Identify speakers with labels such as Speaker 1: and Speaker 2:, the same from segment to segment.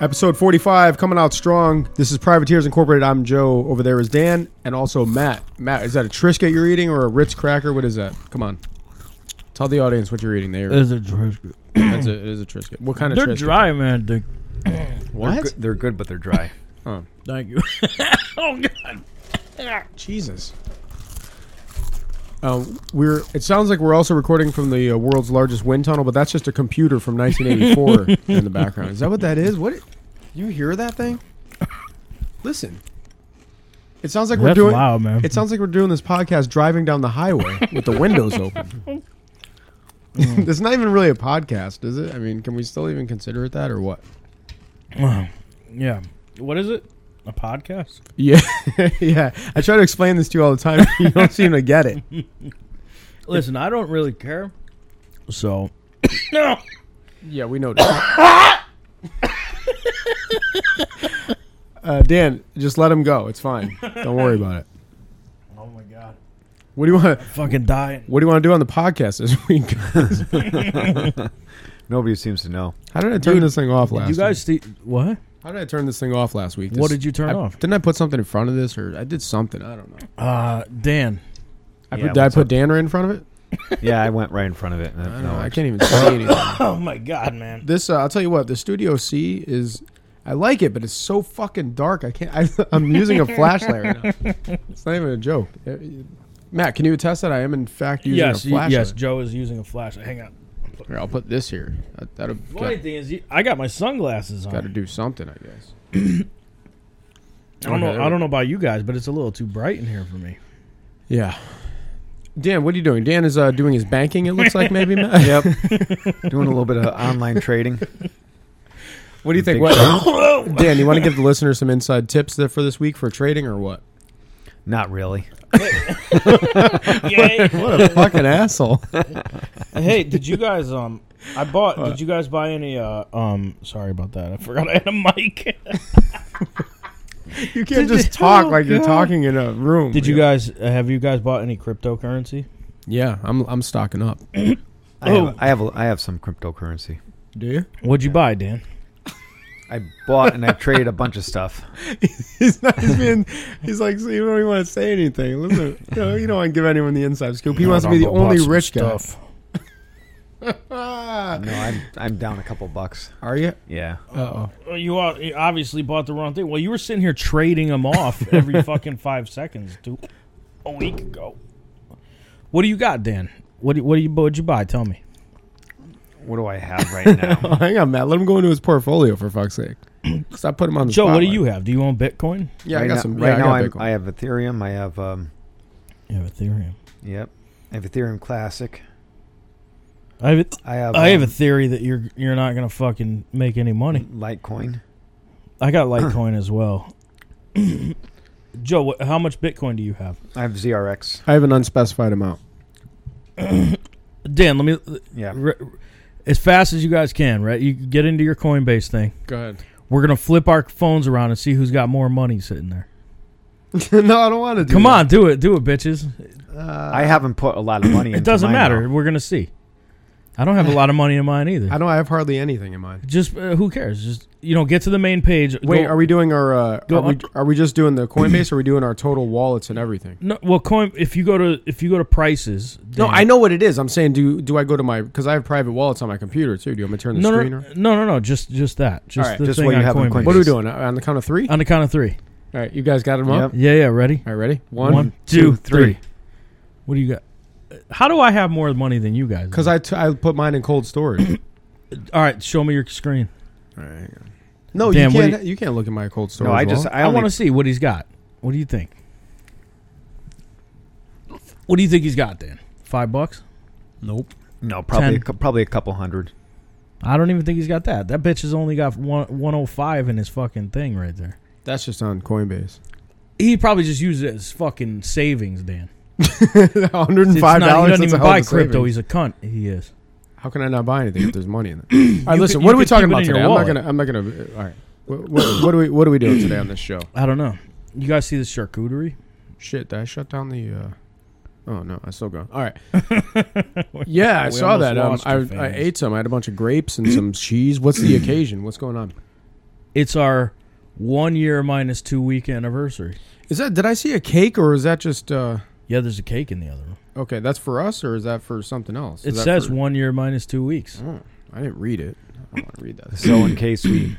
Speaker 1: Episode 45 coming out strong. This is Privateers Incorporated. I'm Joe. Over there is Dan and also Matt. Matt, is that a Trisket you're eating or a Ritz cracker? What is that? Come on. Tell the audience what you're eating there.
Speaker 2: It's a Triscuit.
Speaker 1: That's a, it is a Trisket. What kind of
Speaker 2: They're
Speaker 1: Trisket?
Speaker 2: dry, man. They-
Speaker 3: They're
Speaker 1: What?
Speaker 3: good, they're good, but they're dry.
Speaker 2: Thank you. oh God.
Speaker 1: Jesus. Uh, we're. It sounds like we're also recording from the uh, world's largest wind tunnel, but that's just a computer from 1984 in the background. Is that what that is? What? You hear that thing? Listen. It sounds like we're
Speaker 2: That's
Speaker 1: doing.
Speaker 2: loud, man.
Speaker 1: It sounds like we're doing this podcast driving down the highway with the windows open. it's not even really a podcast, is it? I mean, can we still even consider it that or what?
Speaker 2: yeah. What is it? A podcast?
Speaker 1: Yeah, yeah. I try to explain this to you all the time. You don't seem to get it.
Speaker 2: Listen, I don't really care. So. no.
Speaker 1: Yeah, we noticed. uh, Dan, just let him go. It's fine. Don't worry about it.
Speaker 2: Oh my God.
Speaker 1: What do you want? to
Speaker 2: Fucking dying.
Speaker 1: What do you want to do on the podcast this week?
Speaker 3: Nobody seems to know.
Speaker 1: How did I turn
Speaker 2: Dude,
Speaker 1: this thing off last?
Speaker 2: you guys
Speaker 1: Week?
Speaker 2: see what?
Speaker 1: How did I turn this thing off last week?
Speaker 2: What
Speaker 1: This-
Speaker 2: did you turn
Speaker 1: I-
Speaker 2: off?
Speaker 1: Didn't I put something in front of this, or I did something? I don't know.
Speaker 2: Uh, Dan.
Speaker 1: I
Speaker 3: Yeah,
Speaker 1: put, did I
Speaker 3: what's
Speaker 1: put
Speaker 3: up?
Speaker 1: Dan right in front of it?
Speaker 3: Yeah, I went right in front of it. and
Speaker 1: I
Speaker 3: I-
Speaker 1: don't
Speaker 3: no,
Speaker 1: know. I
Speaker 3: I-
Speaker 1: can't even see anything.
Speaker 2: Oh my God, man.
Speaker 1: This, uh, I'll tell you what. The Studio C is. I like it, but it's so fucking dark. I can't. I, I'm using a flashlight right now. It's not even a joke. Uh, Matt, can you attest that I am in fact using
Speaker 2: Yes,
Speaker 1: a
Speaker 2: y-
Speaker 1: flashlight?
Speaker 2: yes. Joe is using a flashlight. Hang on.
Speaker 1: Here, I'll put this here. That, that'll
Speaker 2: The only thing is, you- I got my sunglasses on.
Speaker 1: got to do something, I guess.
Speaker 2: I don't
Speaker 1: Okay.
Speaker 2: know. I don't know about you guys, but it's a little too bright in here for me.
Speaker 1: Yeah. Dan, what are you doing? Dan is uh, doing his banking. It looks like maybe. Matt?
Speaker 3: Yep. Doing a little bit of online trading.
Speaker 1: What do you think?
Speaker 3: Big
Speaker 1: What, Dan, you want to give the listeners some inside tips that- for this week for trading or what?
Speaker 3: Not really.
Speaker 1: What a fucking asshole!
Speaker 2: hey, did you guys um I bought did you guys buy any uh um sorry about that. I forgot I had a mic.
Speaker 1: You can't
Speaker 2: Did
Speaker 1: just
Speaker 2: you-
Speaker 1: talk
Speaker 2: oh,
Speaker 1: like you're
Speaker 2: God.
Speaker 1: talking in a room.
Speaker 2: did you guys uh, have you guys bought any cryptocurrency?
Speaker 1: Yeah, I'm I'm stocking up.
Speaker 3: I
Speaker 2: Oh.
Speaker 3: have, I have a- I have some cryptocurrency.
Speaker 1: Do you?
Speaker 2: What'd you buy, Dan?
Speaker 3: I bought and I traded a bunch of stuff.
Speaker 1: he's not. He's being. He's like, so you don't even want to say anything. Listen, you, know, you don't want to give anyone the inside scoop. He wants to be the only rich guy.
Speaker 3: No, I'm I'm down a couple bucks.
Speaker 1: Are you?
Speaker 3: Yeah.
Speaker 1: Uh oh.
Speaker 2: Well, you all- you obviously bought the wrong thing. Well, you were sitting here trading them off every fucking 5 seconds to a week ago. What do you got, Dan? What do, what do you what'd you buy? Tell me.
Speaker 3: What do I have right now?
Speaker 1: Oh, hang on, Matt. Let him go into his portfolio for fuck's sake. Stop putting him on the
Speaker 2: Joe, what do
Speaker 1: spotlight.
Speaker 2: you have? Do you own Bitcoin?
Speaker 1: Yeah, I
Speaker 3: Right
Speaker 1: got
Speaker 3: now-
Speaker 1: some.
Speaker 3: Right
Speaker 1: yeah,
Speaker 3: now,
Speaker 1: I
Speaker 3: I'm,
Speaker 1: got Bitcoin.
Speaker 3: I have Ethereum. I have um.
Speaker 2: I have Ethereum.
Speaker 3: Yep. I have Ethereum Classic.
Speaker 2: I have it.
Speaker 3: I have.
Speaker 2: I have a
Speaker 3: um,
Speaker 2: theory that you're you're not gonna fucking make any money.
Speaker 3: Litecoin.
Speaker 2: I got Litecoin as well. Joe, what, how much Bitcoin do you have?
Speaker 3: I have ZRX.
Speaker 1: I have an unspecified amount.
Speaker 2: Dan, let me
Speaker 3: Yeah.
Speaker 2: re, as fast as you guys can. Right, you get into your Coinbase thing.
Speaker 1: Go ahead.
Speaker 2: We're gonna flip our phones around and see who's got more money sitting there.
Speaker 1: no, I don't want to. Do
Speaker 2: Come
Speaker 1: that. Uh,
Speaker 2: on, do it, do it, bitches.
Speaker 3: I haven't put a lot of money.
Speaker 2: It doesn't matter. We're gonna see. I don't have a lot of money in mine
Speaker 1: I
Speaker 2: either.
Speaker 1: don't. I have hardly anything in mind.
Speaker 2: Just uh, who cares? Just you know, get to the main page.
Speaker 1: Wait,
Speaker 2: go-
Speaker 1: are we doing our? Uh,
Speaker 2: Go
Speaker 1: are, we,
Speaker 2: on.
Speaker 1: are we just doing the Coinbase? or Are we doing our total wallets and everything?
Speaker 2: No, well, coin. If you go to if you go to prices,
Speaker 1: No,
Speaker 2: Dan-
Speaker 1: I know what it is. I'm saying, do do I go to my? Because I have private wallets on my computer too. Do you want me to turn the
Speaker 2: no,
Speaker 1: screen?
Speaker 2: no,
Speaker 1: Or?
Speaker 2: no, no, no, just just that, just
Speaker 1: Alright,
Speaker 2: the
Speaker 3: just
Speaker 2: thing
Speaker 3: what you
Speaker 2: on
Speaker 3: have in
Speaker 2: Coinbase.
Speaker 3: Coinbase.
Speaker 1: What are we doing Uh, on the count of three?
Speaker 2: On the count of three.
Speaker 1: All right, you guys got them up.
Speaker 3: Yep.
Speaker 2: Yeah, yeah. Ready?
Speaker 1: All right, ready? One.
Speaker 2: One, two,
Speaker 3: two, three.
Speaker 2: three. What do you got? Uh, How do I have more money than you guys?
Speaker 1: Because I, t- I put mine in cold storage.
Speaker 2: all right, show me your screen.
Speaker 1: All right. hang on. No,
Speaker 2: Dan,
Speaker 1: you
Speaker 2: what do
Speaker 1: can't. You, can't look at my cold storage.
Speaker 3: No, I just
Speaker 1: wallet.
Speaker 3: I
Speaker 2: I,
Speaker 3: only
Speaker 2: want to see what he's got. What do you think? What do you think he's got, Dan? Five bucks? Nope.
Speaker 3: No, probably a,
Speaker 2: Ten.
Speaker 3: cou- probably a couple hundred.
Speaker 2: I don't even think he's got that. That bitch has only got one one oh five in his fucking thing right there.
Speaker 1: That's just on Coinbase.
Speaker 2: He probably just used it as fucking savings, Dan.
Speaker 1: One hundred and
Speaker 2: It's
Speaker 1: five
Speaker 2: not- he
Speaker 1: dollars.
Speaker 2: doesn't even buy crypto. He's a cunt. He is.
Speaker 1: How can I not buy anything if there's money in it? All right,
Speaker 2: You
Speaker 1: listen.
Speaker 2: could-
Speaker 1: what are
Speaker 2: you
Speaker 1: we
Speaker 2: could
Speaker 1: talking
Speaker 2: keep it
Speaker 1: about today? I'm not
Speaker 2: in your wallet.
Speaker 1: gonna. I'm not gonna. uh, All right. What, what, what are we What are we doing today on this show?
Speaker 2: I don't know. You guys see the charcuterie?
Speaker 1: Shit! Did I shut down the? uh Oh no, I still go. All right. Yeah, I
Speaker 2: We
Speaker 1: saw
Speaker 2: almost
Speaker 1: that. Um,
Speaker 2: lost
Speaker 1: I,
Speaker 2: your
Speaker 1: I
Speaker 2: fans.
Speaker 1: ate some. I had a bunch of grapes and some cheese. What's the occasion? What's going on?
Speaker 2: It's our one year minus two week anniversary.
Speaker 1: Is that? Did I see a cake or is that just? uh
Speaker 2: Yeah, there's a cake in the other room.
Speaker 1: Okay, that's for us or is that for something else? Is
Speaker 2: It
Speaker 1: that
Speaker 2: says
Speaker 1: for-
Speaker 2: one year minus two weeks.
Speaker 1: Oh, I didn't read it. I don't want to read that.
Speaker 3: So in case we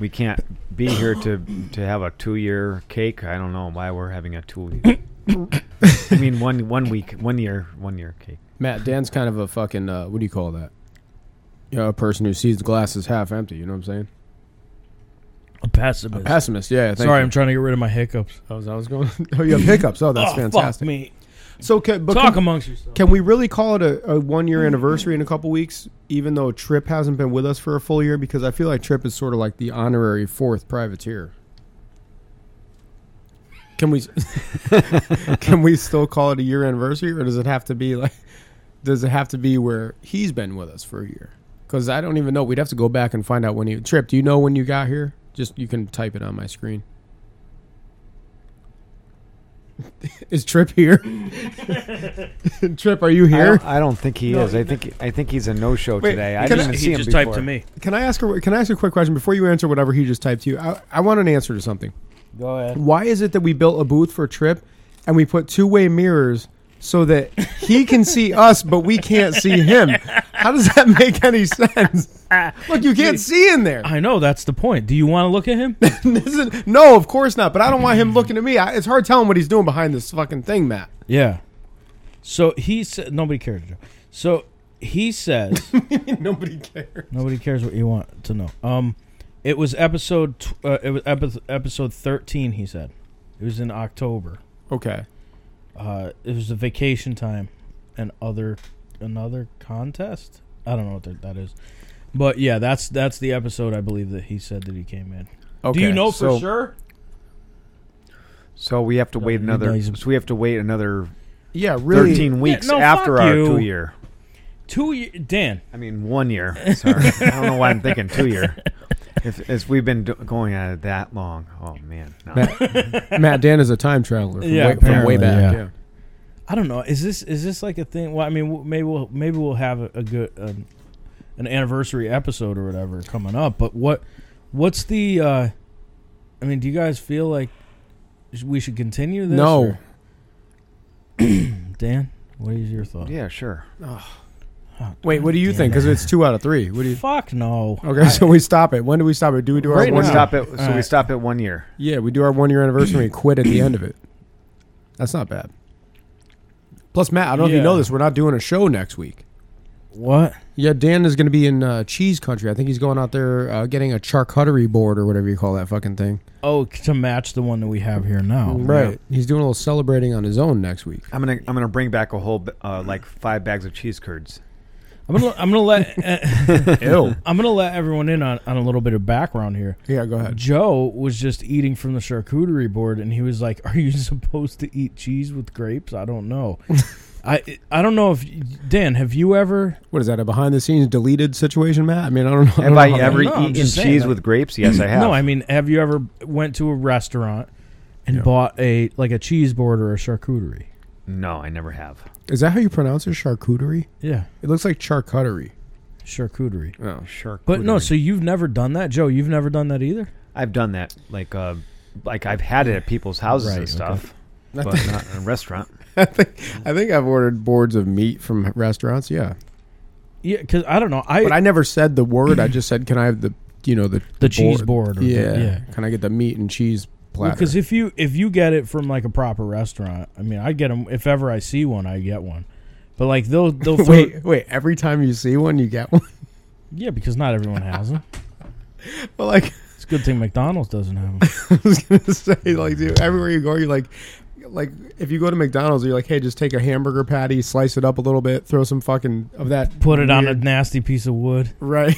Speaker 3: we can't be here to to have a two year cake, I don't know why we're having a two. I mean one one week, one year, one year cake.
Speaker 1: Matt, Dan's kind of a fucking uh, what do you call that? Yeah, a person who sees the glass as half empty. You know what I'm saying?
Speaker 2: A pessimist.
Speaker 1: Pessimist. Yeah. thank
Speaker 2: Sorry,
Speaker 1: you.
Speaker 2: I'm trying to get rid of my hiccups.
Speaker 1: I was, I was going. oh, you have hiccups. Oh, that's
Speaker 2: Oh,
Speaker 1: fantastic.
Speaker 2: Fuck me.
Speaker 1: So, can, but
Speaker 2: Talk
Speaker 1: can,
Speaker 2: amongst yourselves.
Speaker 1: can we really call it a, a one year anniversary in a couple weeks? Even though Trip hasn't been with us for a full year, because I feel like Trip is sort of like the honorary fourth privateer. Can we? can we still call it a year anniversary, or does it have to be like? Does it have to be where he's been with us for a year? Because I don't even know. We'd have to go back and find out when you Trip. Do you know when you got here? Just you can type it on my screen. Is Trip here? Trip, are you
Speaker 3: I
Speaker 1: here?
Speaker 3: don't, I don't think he is. I think I think he's a no show
Speaker 1: Wait,
Speaker 3: today. I
Speaker 1: can
Speaker 3: didn't
Speaker 1: I-
Speaker 3: even
Speaker 2: he
Speaker 3: see him
Speaker 2: just
Speaker 3: before.
Speaker 2: typed to me.
Speaker 1: Can I ask a, can I ask a quick question before you answer whatever he just typed to you? I, I want an answer to something.
Speaker 2: Go ahead.
Speaker 1: Why is it that we built a booth for Trip and we put two way mirrors so that he can see us but we can't see him? How does that make any sense? Look, you can't see in there.
Speaker 2: I know that's the point. Do you want to look at him?
Speaker 1: This is- no, of course not. But I don't want him looking at me. I, it's hard telling what he's doing behind this fucking thing, Matt.
Speaker 2: yeah. So he said nobody cared. Joe. So he says
Speaker 1: Nobody cares.
Speaker 2: Nobody cares what you want to know. Um, it was episode. Tw- uh, it was epi- episode thirteen. He said it was in October.
Speaker 1: Okay.
Speaker 2: Uh, it was the vacation time, and other another contest. I don't know what that that is, but yeah, that's that's the episode I believe that he said that he came in.
Speaker 1: Okay.
Speaker 2: Do you know for
Speaker 1: so-
Speaker 2: sure?
Speaker 3: So we have to wait
Speaker 2: he
Speaker 3: another.
Speaker 2: knows him.
Speaker 3: So we have to wait another
Speaker 1: Yeah, really.
Speaker 3: thirteen weeks
Speaker 2: no,
Speaker 3: after
Speaker 2: fuck
Speaker 3: our
Speaker 2: you.
Speaker 3: two year.
Speaker 2: Two ye Dan.
Speaker 3: I mean one year. Sorry, I don't know why I'm thinking two year. If, if we've been do- going at it that long, oh man, no.
Speaker 1: Matt Dan is a time traveler from,
Speaker 2: Yeah,
Speaker 1: way, from way
Speaker 2: apparently,
Speaker 1: back.
Speaker 2: yeah. I don't know. Is this is this like a thing? Well, I mean, w- maybe we'll maybe we'll have a, a good an, an anniversary episode or whatever coming up. But what what's the? uh I mean, do you guys feel like sh- we should continue this?
Speaker 1: No.
Speaker 2: or- Dan, what is your thought?
Speaker 3: yeah, sure.
Speaker 1: Wait, what do you
Speaker 2: Damn
Speaker 1: think? Because it's two out of three. What do you?
Speaker 2: Fuck no.
Speaker 1: Okay, so we stop it. When do we stop it? Do we do
Speaker 3: Right,
Speaker 1: our one
Speaker 3: we
Speaker 2: now.
Speaker 3: stop at so
Speaker 2: All
Speaker 3: we
Speaker 2: right.
Speaker 3: stop at one year.
Speaker 1: Yeah, we do our one year anniversary and quit at the end of it. That's not bad. Plus, Matt, I don't know if you know
Speaker 2: Yeah.
Speaker 1: this. We're not doing a show next week.
Speaker 2: What?
Speaker 1: Yeah, Dan is going to be in uh, cheese country. I think he's going out there uh, getting a charcuterie board or whatever you call that fucking thing.
Speaker 2: Oh, c- to match the one that we have here now.
Speaker 1: Oh, He's doing a little celebrating on his own next week.
Speaker 3: I'm gonna I'm gonna bring back a whole b- uh, like five bags of cheese curds.
Speaker 2: I'm gonna I'm gonna let eh,
Speaker 1: Ew.
Speaker 2: I'm gonna let everyone in on, on a little bit of background here.
Speaker 1: Yeah, go ahead.
Speaker 2: Joe was just eating from the charcuterie board, and he was like, "Are you supposed to eat cheese with grapes? I don't know. I I don't know if Dan, have you ever?
Speaker 1: What is that, a behind the scenes deleted situation, Matt? I mean, I don't know.
Speaker 3: Have I
Speaker 1: don't know how
Speaker 3: ever
Speaker 2: No, I'm
Speaker 3: eaten
Speaker 2: just
Speaker 3: cheese
Speaker 2: saying, like-
Speaker 3: with grapes? Yes, I have.
Speaker 2: No, I mean, have you ever went to a restaurant and
Speaker 1: Yeah.
Speaker 2: bought a like a cheese board or a charcuterie?
Speaker 3: no, I never have.
Speaker 1: that- Is that how you pronounce it? Charcuterie?
Speaker 2: Yeah,
Speaker 1: It looks like charcuterie.
Speaker 2: charcuterie.
Speaker 1: Oh,
Speaker 3: Sure,
Speaker 2: But no, so you've never done that, Joe. You've never done that either.
Speaker 3: I've done that. Like uh, like I've had it at people's houses
Speaker 2: Right,
Speaker 3: and
Speaker 2: okay.
Speaker 3: stuff, but not in a restaurant.
Speaker 1: I think I think I've ordered boards of meat from restaurants. Yeah,
Speaker 2: Yeah, because I don't know.
Speaker 1: but I never said the word. I just said, "Can I have the you know the
Speaker 2: The cheese board or the-
Speaker 1: yeah.
Speaker 2: yeah.
Speaker 1: can I get the meat and cheese platter?
Speaker 2: Because if you if you get it from like a proper restaurant, I mean, I get them if ever I see one, I get one. But like they'll they'll throw-
Speaker 1: wait, wait. Every time you see one, you get one.
Speaker 2: yeah, because not everyone has them.
Speaker 1: but like
Speaker 2: It's a good thing McDonald's doesn't have them.
Speaker 1: I was gonna say, like dude, everywhere you go, you're like. Like if you go to McDonald's, you're like, hey, just take a hamburger patty, slice it up a little bit, throw some fucking of that.
Speaker 2: Put it on a
Speaker 1: weird-
Speaker 2: nasty piece of wood.
Speaker 1: right.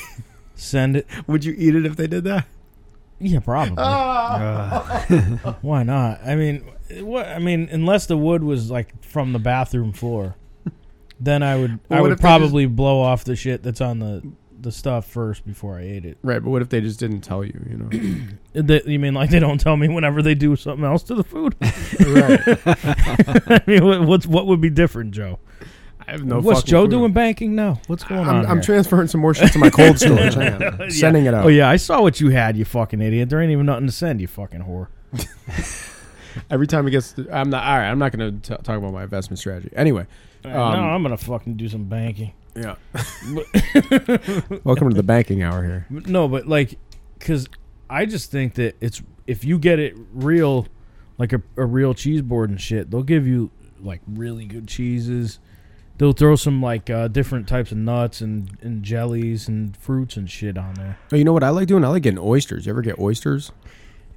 Speaker 2: Send it.
Speaker 1: Would you eat it if they did that?
Speaker 2: Yeah, probably.
Speaker 3: Uh,
Speaker 2: Why not? I mean, what? I mean, unless the wood was like from the bathroom floor, then I would
Speaker 1: Well,
Speaker 2: I
Speaker 1: what
Speaker 2: would
Speaker 1: if they just-
Speaker 2: probably blow off the shit that's on the the stuff first before I ate it.
Speaker 1: Right, but what if they just didn't tell you? You know.
Speaker 2: They- you mean like they don't tell me whenever they do something else to the food?
Speaker 1: right.
Speaker 2: I mean, what- what's what would be different, Joe?
Speaker 1: I have no.
Speaker 2: What's
Speaker 1: fucking
Speaker 2: Joe
Speaker 1: clue.
Speaker 2: doing banking now? What's going on?
Speaker 1: I'm, I'm
Speaker 2: here?
Speaker 1: transferring some more shit to my cold storage. I am.
Speaker 2: Yeah.
Speaker 1: Sending it out.
Speaker 2: Oh yeah, I saw what you had, you fucking idiot. There ain't even nothing to send, you fucking whore.
Speaker 1: Every time it gets, to, I'm not. All right, I'm not going to talk about my investment strategy. Anyway, Um,
Speaker 2: no, I'm gonna fucking do some banking.
Speaker 1: yeah. Welcome to the banking hour here.
Speaker 2: But No, but like, cause I just think that it's if you get it real, like a, a real cheese board and shit, they'll give you like really good cheeses. They'll throw some like uh, different types of nuts and, and jellies and fruits and shit on there.
Speaker 1: Oh, you know what I like doing? I like getting oysters. You ever get oysters,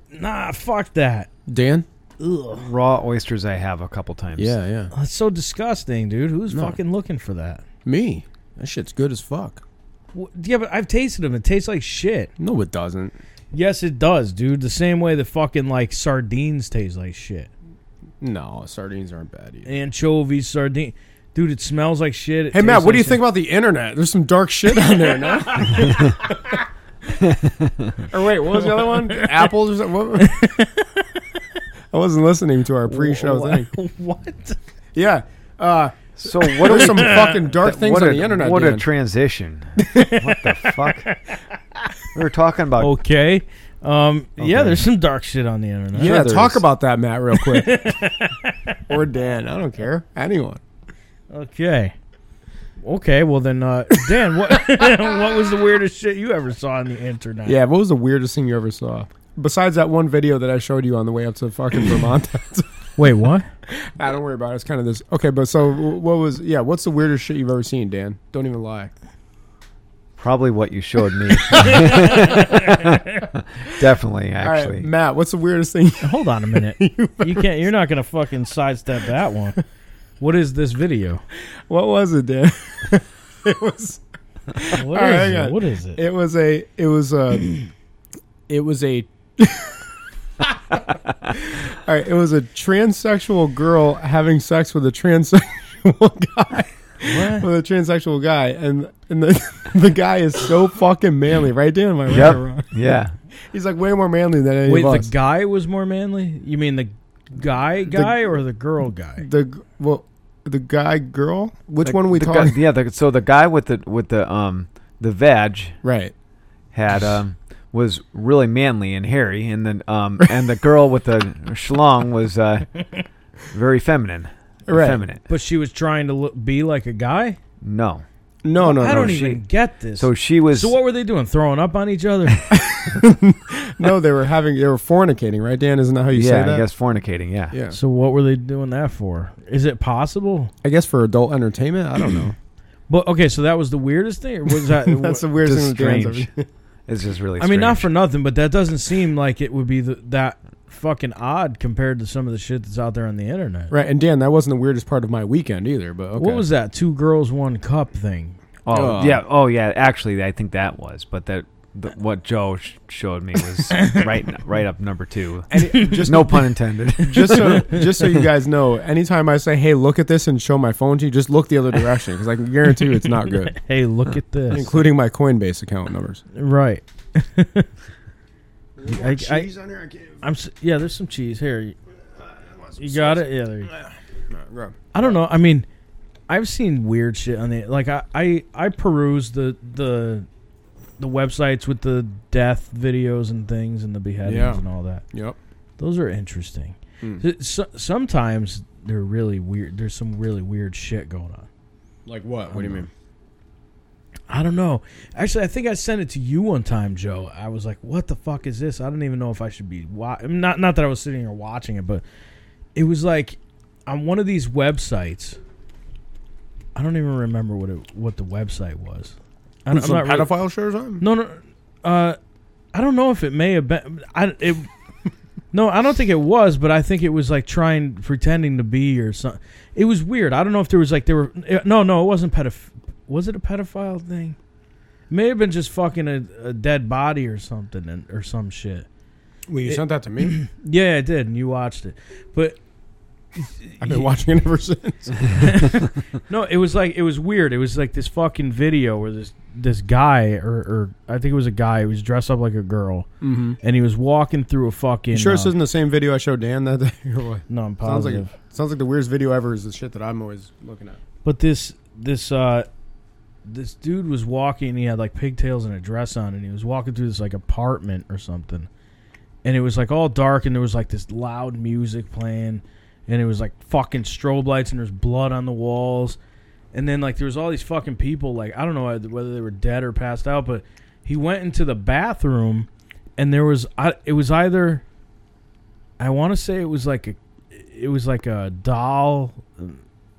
Speaker 2: Nah, fuck that.
Speaker 1: Dan?
Speaker 2: Ugh,
Speaker 3: Raw oysters I have a couple times.
Speaker 1: Yeah, yeah.
Speaker 2: that's so disgusting, dude. Who's
Speaker 1: No.
Speaker 2: fucking looking for that?
Speaker 1: Me. That shit's good as fuck.
Speaker 2: Wh- Yeah, but I've tasted them. It tastes like shit.
Speaker 1: No, it doesn't.
Speaker 2: Yes, it does, dude. The same way the fucking like sardines taste like shit.
Speaker 1: No, sardines aren't bad either.
Speaker 2: Anchovies, sardine, dude. It smells like shit. It
Speaker 1: Hey,
Speaker 2: tastes
Speaker 1: Matt, what
Speaker 2: like
Speaker 1: do you
Speaker 2: shit.
Speaker 1: think about the internet? There's some dark shit on there now. or wait, what was the other one? Apples or something? What? I wasn't listening to our pre-show thing.
Speaker 2: what?
Speaker 1: Yeah. Uh,
Speaker 3: So what
Speaker 1: what
Speaker 3: are
Speaker 1: are
Speaker 3: we
Speaker 1: some fucking dark things
Speaker 3: what
Speaker 1: on
Speaker 3: a,
Speaker 1: the internet?
Speaker 3: What a
Speaker 1: Dan?
Speaker 3: transition. what the fuck? We were talking about
Speaker 2: Okay. Um. Yeah,
Speaker 3: Okay.
Speaker 2: there's some dark shit on the internet.
Speaker 1: yeah,
Speaker 3: Sure there
Speaker 1: talk
Speaker 3: is.
Speaker 1: about that, Matt, real quick. or Dan, I don't care. Anyone.
Speaker 2: Okay. Okay. Well then, uh, Dan, what what was the weirdest shit you ever saw on the internet?
Speaker 1: Yeah, what was the weirdest thing you ever saw? Besides that one video that I showed you on the way up to fucking Vermont.
Speaker 2: Wait, what?
Speaker 1: I don't worry about it. It's kind of this. Okay, but so wh- what was? Yeah, what's the weirdest shit you've ever seen, Dan? Don't even lie.
Speaker 3: probably what you showed me. Definitely,
Speaker 1: All right,
Speaker 3: actually.
Speaker 1: Matt, what's the weirdest thing?
Speaker 2: Hold on a minute. you can't. You're not gonna fucking sidestep that one. What is this video?
Speaker 1: what was it, Dan? it was.
Speaker 2: What
Speaker 1: All right,
Speaker 2: is
Speaker 1: hang
Speaker 2: it?
Speaker 1: on.
Speaker 2: What is it?
Speaker 1: It was a. It was a. it was a. all right. It was a transsexual girl having sex with a transsexual guy.
Speaker 2: What?
Speaker 1: With a transsexual guy, and and the the guy is so fucking manly, right, Dan? Am I right
Speaker 3: Yep.
Speaker 1: or wrong?
Speaker 3: Yeah.
Speaker 1: He's like way more manly than any
Speaker 2: Wait,
Speaker 1: of us.
Speaker 2: the guy was more manly? You mean the guy guy or the girl guy?
Speaker 1: the g- well the guy girl which
Speaker 3: The-
Speaker 1: one we
Speaker 3: the
Speaker 1: talking
Speaker 3: guy- yeah, the, so the guy with the with the um the veg
Speaker 1: right
Speaker 3: had um was really manly and hairy and then um and the girl with the schlong was uh very feminine.
Speaker 1: Right.
Speaker 3: Feminine.
Speaker 2: But she was trying to look, be like a guy?
Speaker 3: No.
Speaker 1: no no
Speaker 2: I
Speaker 1: no
Speaker 2: don't
Speaker 3: she-
Speaker 2: even get this.
Speaker 3: So she was
Speaker 2: So what were they doing? Throwing up on each other?
Speaker 1: no they were having they were fornicating right dan isn't that how you
Speaker 3: yeah,
Speaker 1: say that
Speaker 3: I guess fornicating, yeah.
Speaker 1: yeah
Speaker 2: so what were they doing that for? Is it possible?
Speaker 1: i guess for adult entertainment i don't know
Speaker 2: But okay, so that was the weirdest thing. Or was that?
Speaker 1: that's the weirdest thing
Speaker 3: Just
Speaker 1: that Dan's ever-
Speaker 3: strange. It's just really
Speaker 2: I mean, not for
Speaker 3: strange.
Speaker 2: nothing, but that doesn't seem like it would be the, that fucking odd compared to some of the shit that's out there on the internet.
Speaker 1: right and dan that wasn't the weirdest part of my weekend either but okay
Speaker 2: What was that? Two girls, one cup thing.
Speaker 3: Oh,
Speaker 1: Uh.
Speaker 3: yeah. Oh, yeah. Actually, I think that was, but that the, what Joe sh- showed me was right, right up number two.
Speaker 1: and it- just
Speaker 3: no pun intended.
Speaker 1: just so just so you guys know anytime i say hey look at this and show my phone to you just look the other direction because i can guarantee you it's not good
Speaker 2: Hey, look at this.
Speaker 1: including my coinbase account numbers
Speaker 2: Right. I- cheese
Speaker 1: on here
Speaker 2: I'm s- yeah. There's some cheese here. You, you got it. Yeah. There you go. I don't know. I mean, I've seen weird shit on the like. I I I peruse the the the websites with the death videos and things and the beheadings
Speaker 1: Yeah.
Speaker 2: and all that.
Speaker 1: yep
Speaker 2: Those are interesting.
Speaker 1: Mm.
Speaker 2: S- So, sometimes they're really weird. There's some really weird shit going on.
Speaker 1: like what what do you mean
Speaker 2: I don't know. Actually, I think I sent it to you one time, Joe. I was like, "What the fuck is this?" I don't even know if I should be wa- not not that I was sitting here watching it, but it was like on one of these websites. I don't even remember what it, what the website was. I don't, I'm
Speaker 1: Some
Speaker 2: not really,
Speaker 1: pedophile show or something
Speaker 2: no, no. Uh, I don't know if it may have been. I it. No, I don't think it was, but I think it was like trying, pretending to be or something. It was weird. I don't know if there was like there were. it- No, no, it wasn't pedoph. Was it a pedophile thing? It may have been just fucking a, a dead body or something and, or some shit.
Speaker 1: Well, you
Speaker 2: It-
Speaker 1: sent that to me.
Speaker 2: Yeah, I did, and you watched it. But
Speaker 1: I've been watching it ever since.
Speaker 2: No, it was like it was weird. It was like this fucking video where this this guy or, or I think it was a guy who was dressed up like a girl
Speaker 1: Mm-hmm.
Speaker 2: and he was walking through a fucking.
Speaker 1: You sure
Speaker 2: uh,
Speaker 1: this isn't the same video I showed Dan that day? or what?
Speaker 2: No, I'm
Speaker 1: Sounds like
Speaker 2: positive.
Speaker 1: sounds like the weirdest video ever is the shit that I'm always looking at.
Speaker 2: but this this uh this dude was walking he had like pigtails and a dress on and he was walking through this like apartment or something and it was like all dark and there was like this loud music playing and it was like fucking strobe lights and there's blood on the walls and then like there was all these fucking people like i don't know whether they were dead or passed out but he went into the bathroom and there was I, it was either i want to say it was like a it was like a doll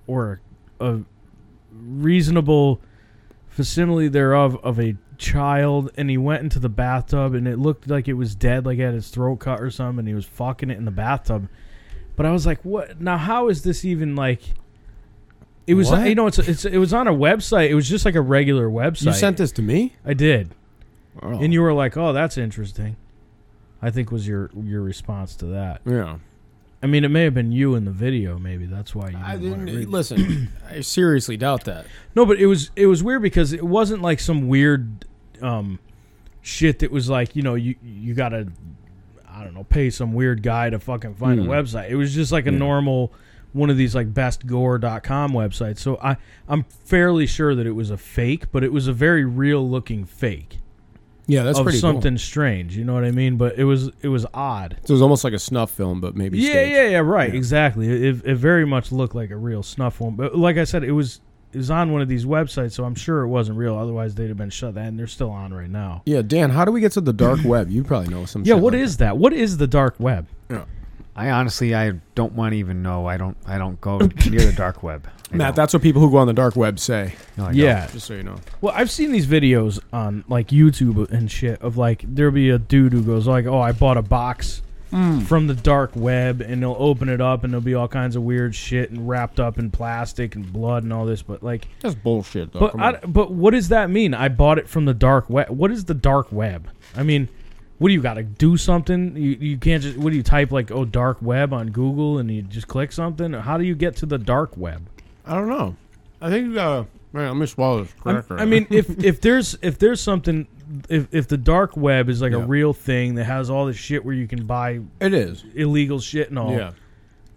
Speaker 2: or a reasonable facsimile thereof of a child and he went into the bathtub and it looked like it was dead like it had his throat cut or something and he was fucking it in the bathtub but i was like what now how is this even like it was
Speaker 1: What?
Speaker 2: you know it's, it's it was on a website it was just like a regular website
Speaker 1: You sent this to me?
Speaker 2: i did
Speaker 1: Oh.
Speaker 2: and you were like, "Oh, that's interesting." I think was your your response to that.
Speaker 1: yeah.
Speaker 2: I mean, it may have been you in the video. Maybe that's why you. Didn't
Speaker 1: I
Speaker 2: wanna
Speaker 1: didn't
Speaker 2: read.
Speaker 1: listen. I seriously doubt that.
Speaker 2: No, but it was it was weird because it wasn't like some weird um, shit that was like you know you you gotta I don't know pay some weird guy to fucking find
Speaker 1: Hmm.
Speaker 2: a website. It was just like a
Speaker 1: Yeah.
Speaker 2: normal one of these like bestgore.com websites. So I I'm fairly sure that it was a fake, but it was a very real looking fake
Speaker 1: Yeah, that's
Speaker 2: of
Speaker 1: pretty
Speaker 2: something strange. You know what I mean? But it was it was odd.
Speaker 1: Cool. So it was almost like a snuff film, but maybe
Speaker 2: yeah,
Speaker 1: staged.
Speaker 2: yeah, yeah, right,
Speaker 1: Yeah.
Speaker 2: exactly. It, it very much looked like a real snuff film, but like I said, it was it was on one of these websites, so I'm sure it wasn't real. Otherwise, they'd have been shut down. and They're still on right now.
Speaker 1: Yeah, Dan, how do we get to the dark web? You probably know some.
Speaker 2: Yeah,
Speaker 1: shit
Speaker 2: what
Speaker 1: like
Speaker 2: is that? What is the dark web?
Speaker 3: I honestly, I don't want to even know. I don't. I don't go near the dark web. I
Speaker 1: that. Matt,
Speaker 3: don't.
Speaker 1: that's what people who go on the dark web say.
Speaker 3: No, I don't.
Speaker 2: yeah.
Speaker 1: Just so you know.
Speaker 2: Well, I've seen these videos on like YouTube and shit of like there'll be a dude who goes like, "Oh, I bought a box from the dark web," and they'll open it up and there'll be all kinds of weird shit and wrapped up in plastic and blood and all this, but like
Speaker 1: That's bullshit, though.
Speaker 2: But I, but what does that mean? I bought it from the dark web. What is the dark web? I mean, what do you got to do something? You, you can't just what do you type like oh dark web on Google and you just click something? How do you get to the dark web?
Speaker 1: I don't know. I think. Uh, man, let me swallow this
Speaker 2: I'm-
Speaker 1: cracker.
Speaker 2: I mean, if if there's if there's something if if the dark web is like a
Speaker 1: Yeah.
Speaker 2: real thing that has all this shit where you can buy
Speaker 1: it is.
Speaker 2: illegal shit and all,
Speaker 1: Yeah.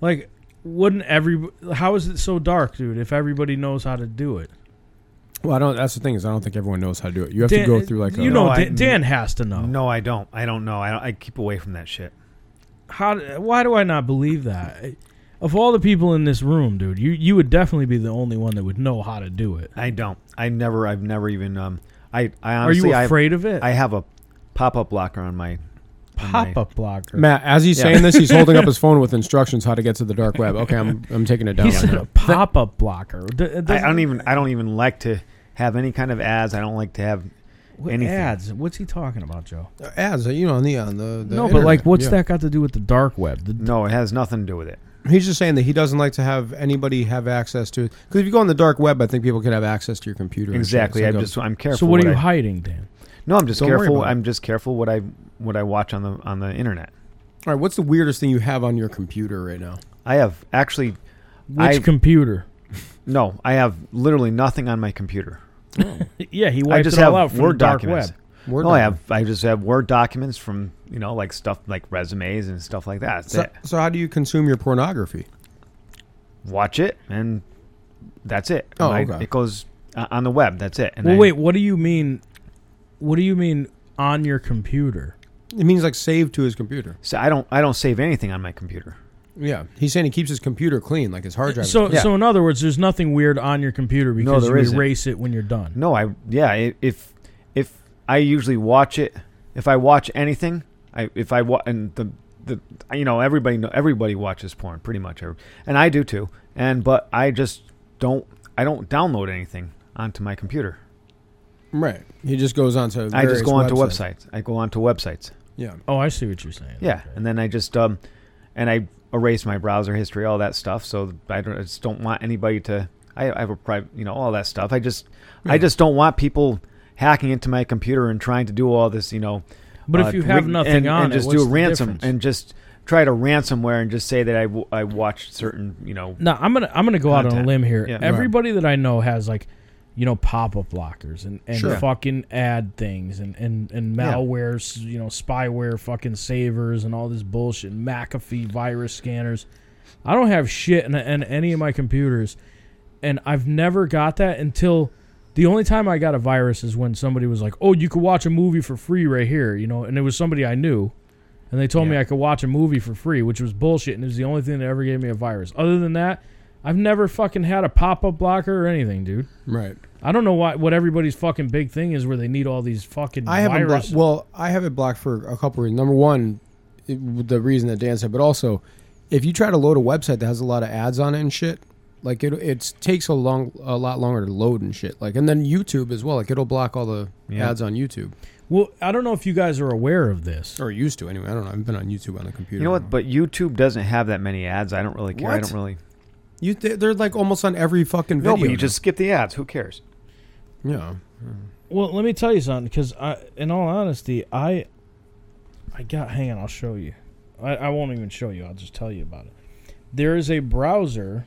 Speaker 2: like wouldn't every how is it so dark, dude? If everybody knows how to do it,
Speaker 1: Well, I don't. That's the thing is, I don't think everyone knows how to do it. You have to
Speaker 2: Dan-
Speaker 1: go through like a.
Speaker 2: you know
Speaker 3: No, I-
Speaker 2: Dan, Dan has to know.
Speaker 3: No, I don't. I don't know. I, don't, I keep away from that shit.
Speaker 2: how why do I not believe that? Of all the people in this room, dude, you you would definitely be the only one that would know how to do it.
Speaker 3: I don't. I never. I've never even. Um. I. I
Speaker 2: Are
Speaker 3: honestly.
Speaker 2: you afraid of it?
Speaker 3: I, I have a pop-up blocker on my. on my-
Speaker 2: Pop up blocker.
Speaker 1: Matt, as he's
Speaker 3: Yeah.
Speaker 1: saying this, he's holding up his phone with instructions how to get to the dark web. Okay, I'm I'm taking it down
Speaker 2: he
Speaker 1: right
Speaker 2: said a
Speaker 1: now.
Speaker 2: pop up blocker. D- it
Speaker 3: I, I
Speaker 2: doesn't-
Speaker 3: don't even. I don't even like to have any kind of ads. I don't like to have.
Speaker 2: what
Speaker 3: anything.
Speaker 2: ads. What's he talking about, Joe?
Speaker 1: Ads, you know, on the on the,
Speaker 2: no, but like, what's that got to do with the dark web? The,
Speaker 3: No, it has nothing to do with it.
Speaker 1: He's just saying that he doesn't like to have anybody have access to. Because if you go on the dark web, I think people could have access to your computer. and shit.
Speaker 3: Exactly.
Speaker 1: So
Speaker 3: I'm
Speaker 1: go-
Speaker 3: just. I'm careful.
Speaker 2: so what are you
Speaker 3: I,
Speaker 2: hiding, Dan?
Speaker 3: No, I'm just
Speaker 1: Don't worry
Speaker 3: careful.
Speaker 1: about it.
Speaker 3: I'm just careful what I what I watch on the on the internet.
Speaker 1: All right, what's the weirdest thing you have on your computer right now?
Speaker 3: I have actually.
Speaker 2: Which
Speaker 3: I-
Speaker 2: computer?
Speaker 3: No, I have literally nothing on my computer.
Speaker 2: yeah, he
Speaker 3: I
Speaker 2: wiped
Speaker 3: just
Speaker 2: it
Speaker 3: have
Speaker 2: all out from
Speaker 3: Word
Speaker 2: the dark
Speaker 3: documents.
Speaker 2: web.
Speaker 1: Word
Speaker 3: no, I
Speaker 1: document.
Speaker 3: have. I just have Word documents from you know like stuff like resumes and stuff like that. That's
Speaker 1: So,
Speaker 3: it.
Speaker 1: so how do you consume your pornography?
Speaker 3: Watch it, and that's it.
Speaker 1: Oh,
Speaker 3: I-
Speaker 1: okay.
Speaker 3: It goes uh, on the web. That's it. And
Speaker 2: Well,
Speaker 3: I-
Speaker 2: wait, what do you mean? What do you mean on your computer?
Speaker 1: It means like save to his computer.
Speaker 3: So I don't. I don't save anything on my computer.
Speaker 1: Yeah, he's saying he keeps his computer clean, like his hard drive. is
Speaker 2: So,
Speaker 1: clean.
Speaker 2: so in other words, there's nothing weird on your computer because
Speaker 3: there
Speaker 2: you
Speaker 3: isn't.
Speaker 2: erase it when you're done.
Speaker 3: No, I. Yeah. i- If if I usually watch it, if I watch anything, I if I wa- and the the you know everybody know everybody watches porn pretty much, every, and I do too. And but I just don't. I don't download anything onto my computer.
Speaker 1: right, he just goes on to.
Speaker 3: I just
Speaker 1: various
Speaker 3: go onto
Speaker 1: websites.
Speaker 3: websites. I go onto websites.
Speaker 1: Yeah,
Speaker 2: Oh, I see what you're saying.
Speaker 3: Yeah,
Speaker 2: Okay.
Speaker 3: and then I just um, and I erase my browser history, all that stuff. So I, don't, I just don't want anybody to. I, I have a private, you know, all that stuff. I just, I
Speaker 1: Yeah.
Speaker 3: just don't want people hacking into my computer and trying to do all this, you know.
Speaker 2: But
Speaker 3: uh,
Speaker 2: if you have
Speaker 3: rig-
Speaker 2: nothing
Speaker 3: and,
Speaker 2: on,
Speaker 3: and
Speaker 2: it,
Speaker 3: just
Speaker 2: what's
Speaker 3: do a
Speaker 2: the
Speaker 3: ransom
Speaker 2: difference?
Speaker 3: and just try to ransomware and just say that I, w- I watched certain, you know.
Speaker 2: no, I'm gonna I'm gonna go out on
Speaker 3: Content.
Speaker 2: a limb here.
Speaker 3: Yeah. Right.
Speaker 2: Everybody that I know has like, you know, pop up blockers and and
Speaker 1: Sure.
Speaker 2: fucking ad things and and and
Speaker 3: Yeah.
Speaker 2: malware, s you know, spyware, fucking savers and all this bullshit. McAfee virus scanners. I don't have shit in, in any of my computers. and I've never got that until the only time I got a virus is when somebody was like, "Oh, you could watch a movie for free right here," you know, and it was somebody I knew, and they told me
Speaker 3: Yeah.
Speaker 2: I could watch a movie for free, which was bullshit, and it was the only thing that ever gave me a virus. Other than that, I've never fucking had a pop-up blocker or anything, dude.
Speaker 1: Right.
Speaker 2: I don't know why what everybody's fucking big thing is where they need all these fucking
Speaker 1: I have it blocked.
Speaker 2: viruses.
Speaker 1: Well, I have it blocked for a couple reasons. Number one, it, the reason that Dan said, but also, if you try to load a website that has a lot of ads on it and shit, like it it takes a long a lot longer to load and shit. Like and then YouTube as well. Like it'll block all the
Speaker 3: Yeah.
Speaker 1: ads on YouTube
Speaker 2: Well, I don't know if you guys are aware of this.
Speaker 1: or used to anyway. I don't know. I haven't been on YouTube on the computer.
Speaker 3: You know
Speaker 1: in a
Speaker 3: what?
Speaker 1: while.
Speaker 3: But YouTube doesn't have that many ads. I don't really care. I
Speaker 1: What?
Speaker 3: don't really.
Speaker 1: you they- they're like almost on every fucking video.
Speaker 3: no, but you
Speaker 1: now.
Speaker 3: just skip the ads. Who cares?
Speaker 1: yeah.
Speaker 2: Well, let me tell you something, because I, in all honesty, I, I got. Hang on, I'll show you. I, I won't even show you. I'll just tell you about it. There is a browser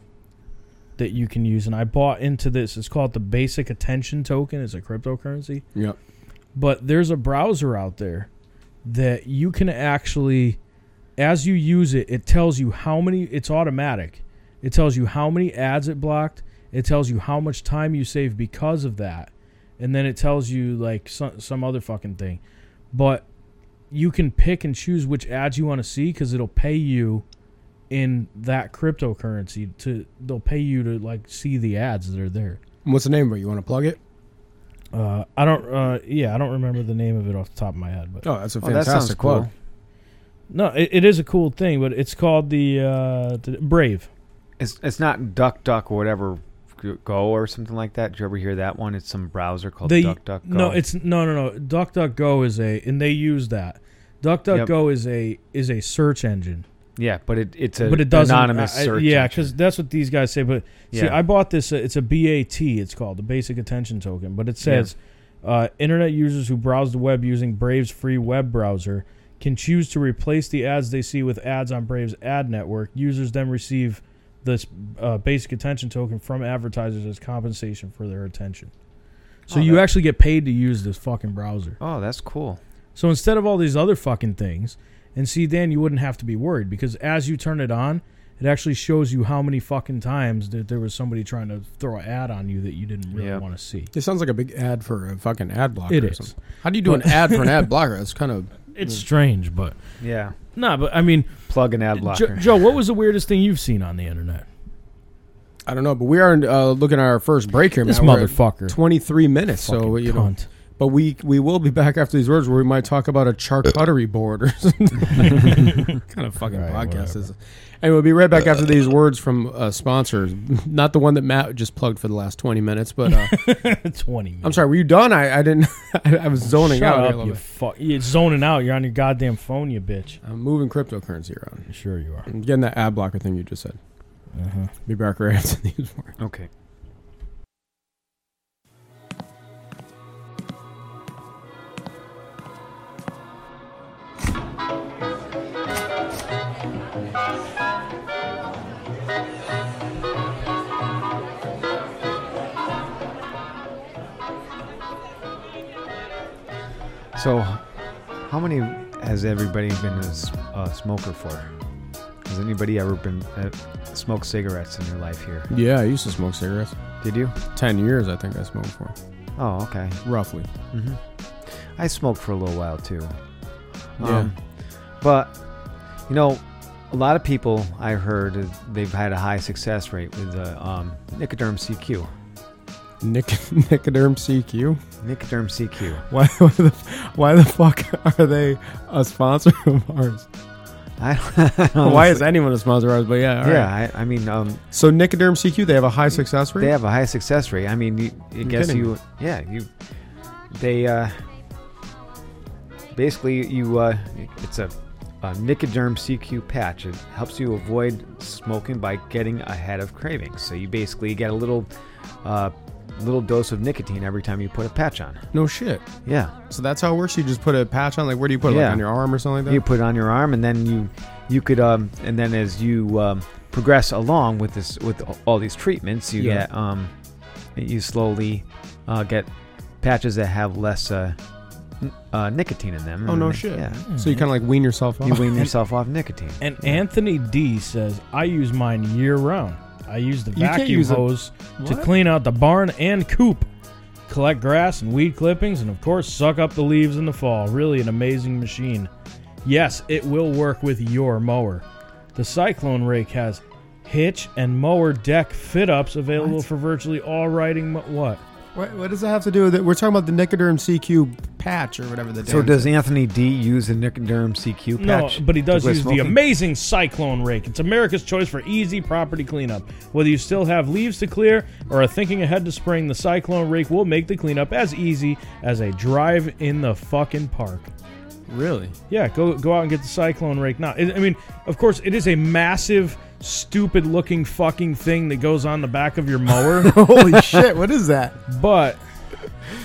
Speaker 2: that you can use, and I bought into this. It's called the Basic Attention Token. It's a cryptocurrency,
Speaker 1: Yep.
Speaker 2: but there's a browser out there that you can actually, as you use it, it tells you how many. It's automatic. It tells you how many ads it blocked. It tells you how much time you save because of that. And then it tells you like some, some other fucking thing. But you can pick and choose which ads you want to see because it'll pay you in that cryptocurrency to they'll pay you to like see the ads that are there.
Speaker 1: What's the name of it? You want to plug it?
Speaker 2: Uh, I don't uh, yeah, I don't remember the name of it off the top of my head, but
Speaker 1: Oh, that's a
Speaker 3: Oh, that sounds
Speaker 1: fantastic plug.
Speaker 3: cool.
Speaker 2: no, it, it is a cool thing, but it's called the uh, the Brave.
Speaker 3: It's it's not Duck Duck or whatever Go or something like that. Did you ever hear that one? It's some browser called
Speaker 2: They-
Speaker 3: Duck Duck Go.
Speaker 2: No, it's no, no, no. DuckDuckGo is a, and they use that. DuckDuckGo is a is a search engine,
Speaker 3: yeah, but it it's a
Speaker 2: but it doesn't
Speaker 3: anonymous
Speaker 2: I- I-
Speaker 3: search.
Speaker 2: yeah,
Speaker 3: engine.
Speaker 2: because that's what these guys say. But see,
Speaker 3: Yeah.
Speaker 2: I bought this. Uh, it's a BAT. It's called the Basic Attention Token, but it says uh, internet users who browse the web using Brave's free web browser can choose to replace the ads they see with ads on Brave's ad network. Users then receive this uh, basic attention token from advertisers as compensation for their attention. So
Speaker 3: Oh,
Speaker 2: you
Speaker 3: that-
Speaker 2: actually get paid to use this fucking browser.
Speaker 3: oh, that's cool.
Speaker 2: So instead of all these other fucking things, and see, Dan, you wouldn't have to be worried because as you turn it on, it actually shows you how many fucking times that there was somebody trying to throw an ad on you that you didn't really
Speaker 3: Yeah.
Speaker 2: want to see.
Speaker 1: It sounds like a big ad for a fucking ad blocker.
Speaker 2: It
Speaker 1: or
Speaker 2: is.
Speaker 1: Something. How do you do an ad for an ad blocker? That's kind of
Speaker 2: It's strange, but
Speaker 3: Yeah,
Speaker 2: nah. But I mean,
Speaker 3: plug an ad blocker.
Speaker 2: jo- Joe, what was the weirdest thing you've seen on the internet?
Speaker 1: I don't know, but we are uh, looking at our first break here, man.
Speaker 2: This
Speaker 1: We're at
Speaker 2: motherfucker.
Speaker 1: 23 minutes, so
Speaker 2: Fucking
Speaker 1: you know.
Speaker 2: cunt.
Speaker 1: But we we will be back after these words, where we might talk about a charcuterie board or something. kind of fucking
Speaker 2: Right,
Speaker 1: podcast
Speaker 2: whatever.
Speaker 1: is. it? Anyway, we'll be right back after these words from uh, sponsors. Not the one that Matt just plugged for the last 20 minutes, but uh,
Speaker 2: twenty. Minutes.
Speaker 1: I'm sorry. Were you done? I, I didn't. I, I was zoning
Speaker 2: Shut
Speaker 1: out. here a
Speaker 2: Up,
Speaker 1: little
Speaker 2: you
Speaker 1: bit.
Speaker 2: fuck. You're zoning out. You're on your goddamn phone, you bitch.
Speaker 1: I'm moving cryptocurrency around.
Speaker 2: Sure you are.
Speaker 1: I'm getting that ad blocker thing you just said.
Speaker 2: Uh-huh.
Speaker 1: Be back right after these words.
Speaker 3: okay. So, how many has everybody been a s- a smoker for? Has anybody ever been uh, smoked cigarettes in their life here?
Speaker 1: Yeah, I used to smoke cigarettes.
Speaker 3: Did you?
Speaker 1: 10 years, I think I smoked for.
Speaker 3: Oh, okay.
Speaker 1: Roughly.
Speaker 3: hmm I smoked for a little while too. Um,
Speaker 1: Yeah.
Speaker 3: but you know, a lot of people I heard uh, they've had a high success rate with the um, Nicoderm CQ.
Speaker 1: Nic- Nicoderm CQ.
Speaker 3: Nicoderm CQ.
Speaker 1: Why, why, the, why the fuck are they a sponsor of ours?
Speaker 3: I don't, I
Speaker 1: Why
Speaker 3: honestly-
Speaker 1: is anyone a sponsor of ours? But yeah, all right.
Speaker 3: Yeah, I, I mean, um,
Speaker 1: So Nicoderm CQ, they have a high success rate.
Speaker 3: they have a high success rate. I mean, you, I guess
Speaker 1: kidding.
Speaker 3: you, yeah, you, they, uh, basically you, uh, it's a, a Nicoderm CQ patch. It helps you avoid smoking by getting ahead of cravings. So you basically get a little, uh, little dose of nicotine every time you put a patch on.
Speaker 1: no shit.
Speaker 3: Yeah,
Speaker 1: So that's how it works. You just put a patch on. Like, where do you put it? Like
Speaker 3: Yeah.
Speaker 1: on your arm or something like that.
Speaker 3: you put it on your arm, and then you, you could, um, and then as you um, progress along with this, with all these treatments, you
Speaker 1: Yeah.
Speaker 3: get, um, you slowly uh, get patches that have less uh, n- uh, nicotine in them.
Speaker 1: Oh,
Speaker 3: And
Speaker 1: no
Speaker 3: then-
Speaker 1: shit.
Speaker 3: Yeah,
Speaker 1: so you kind of like wean yourself off.
Speaker 3: you wean yourself off nicotine.
Speaker 2: And Anthony D says, I use mine year round. I used the
Speaker 1: You can't
Speaker 2: vacuum
Speaker 1: use a-
Speaker 2: hose to
Speaker 1: What?
Speaker 2: clean out the barn and coop, collect grass and weed clippings, and of course, suck up the leaves in the fall. Really an amazing machine. Yes, it will work with your mower. The Cyclone Rake has hitch and mower deck fit ups available
Speaker 1: What?
Speaker 2: for virtually all riding. Mo- what?
Speaker 1: What, what does that have to do with it? We're talking about the Nicoderm CQ patch or whatever the.
Speaker 3: So
Speaker 1: damn
Speaker 3: does
Speaker 1: thing-
Speaker 3: Anthony D use the Nicoderm CQ patch?
Speaker 2: No, but he does
Speaker 3: to quit
Speaker 2: use the
Speaker 3: smoking?
Speaker 2: amazing Cyclone Rake. It's America's choice for easy property cleanup. Whether you still have leaves to clear or are thinking ahead to spring, the Cyclone Rake will make the cleanup as easy as a drive in the fucking park.
Speaker 1: really?
Speaker 2: Yeah, go go out and get the Cyclone Rake now. I I mean, of course, it is a massive, stupid-looking fucking thing that goes on the back of your mower,
Speaker 1: Holy shit! What is that?
Speaker 2: but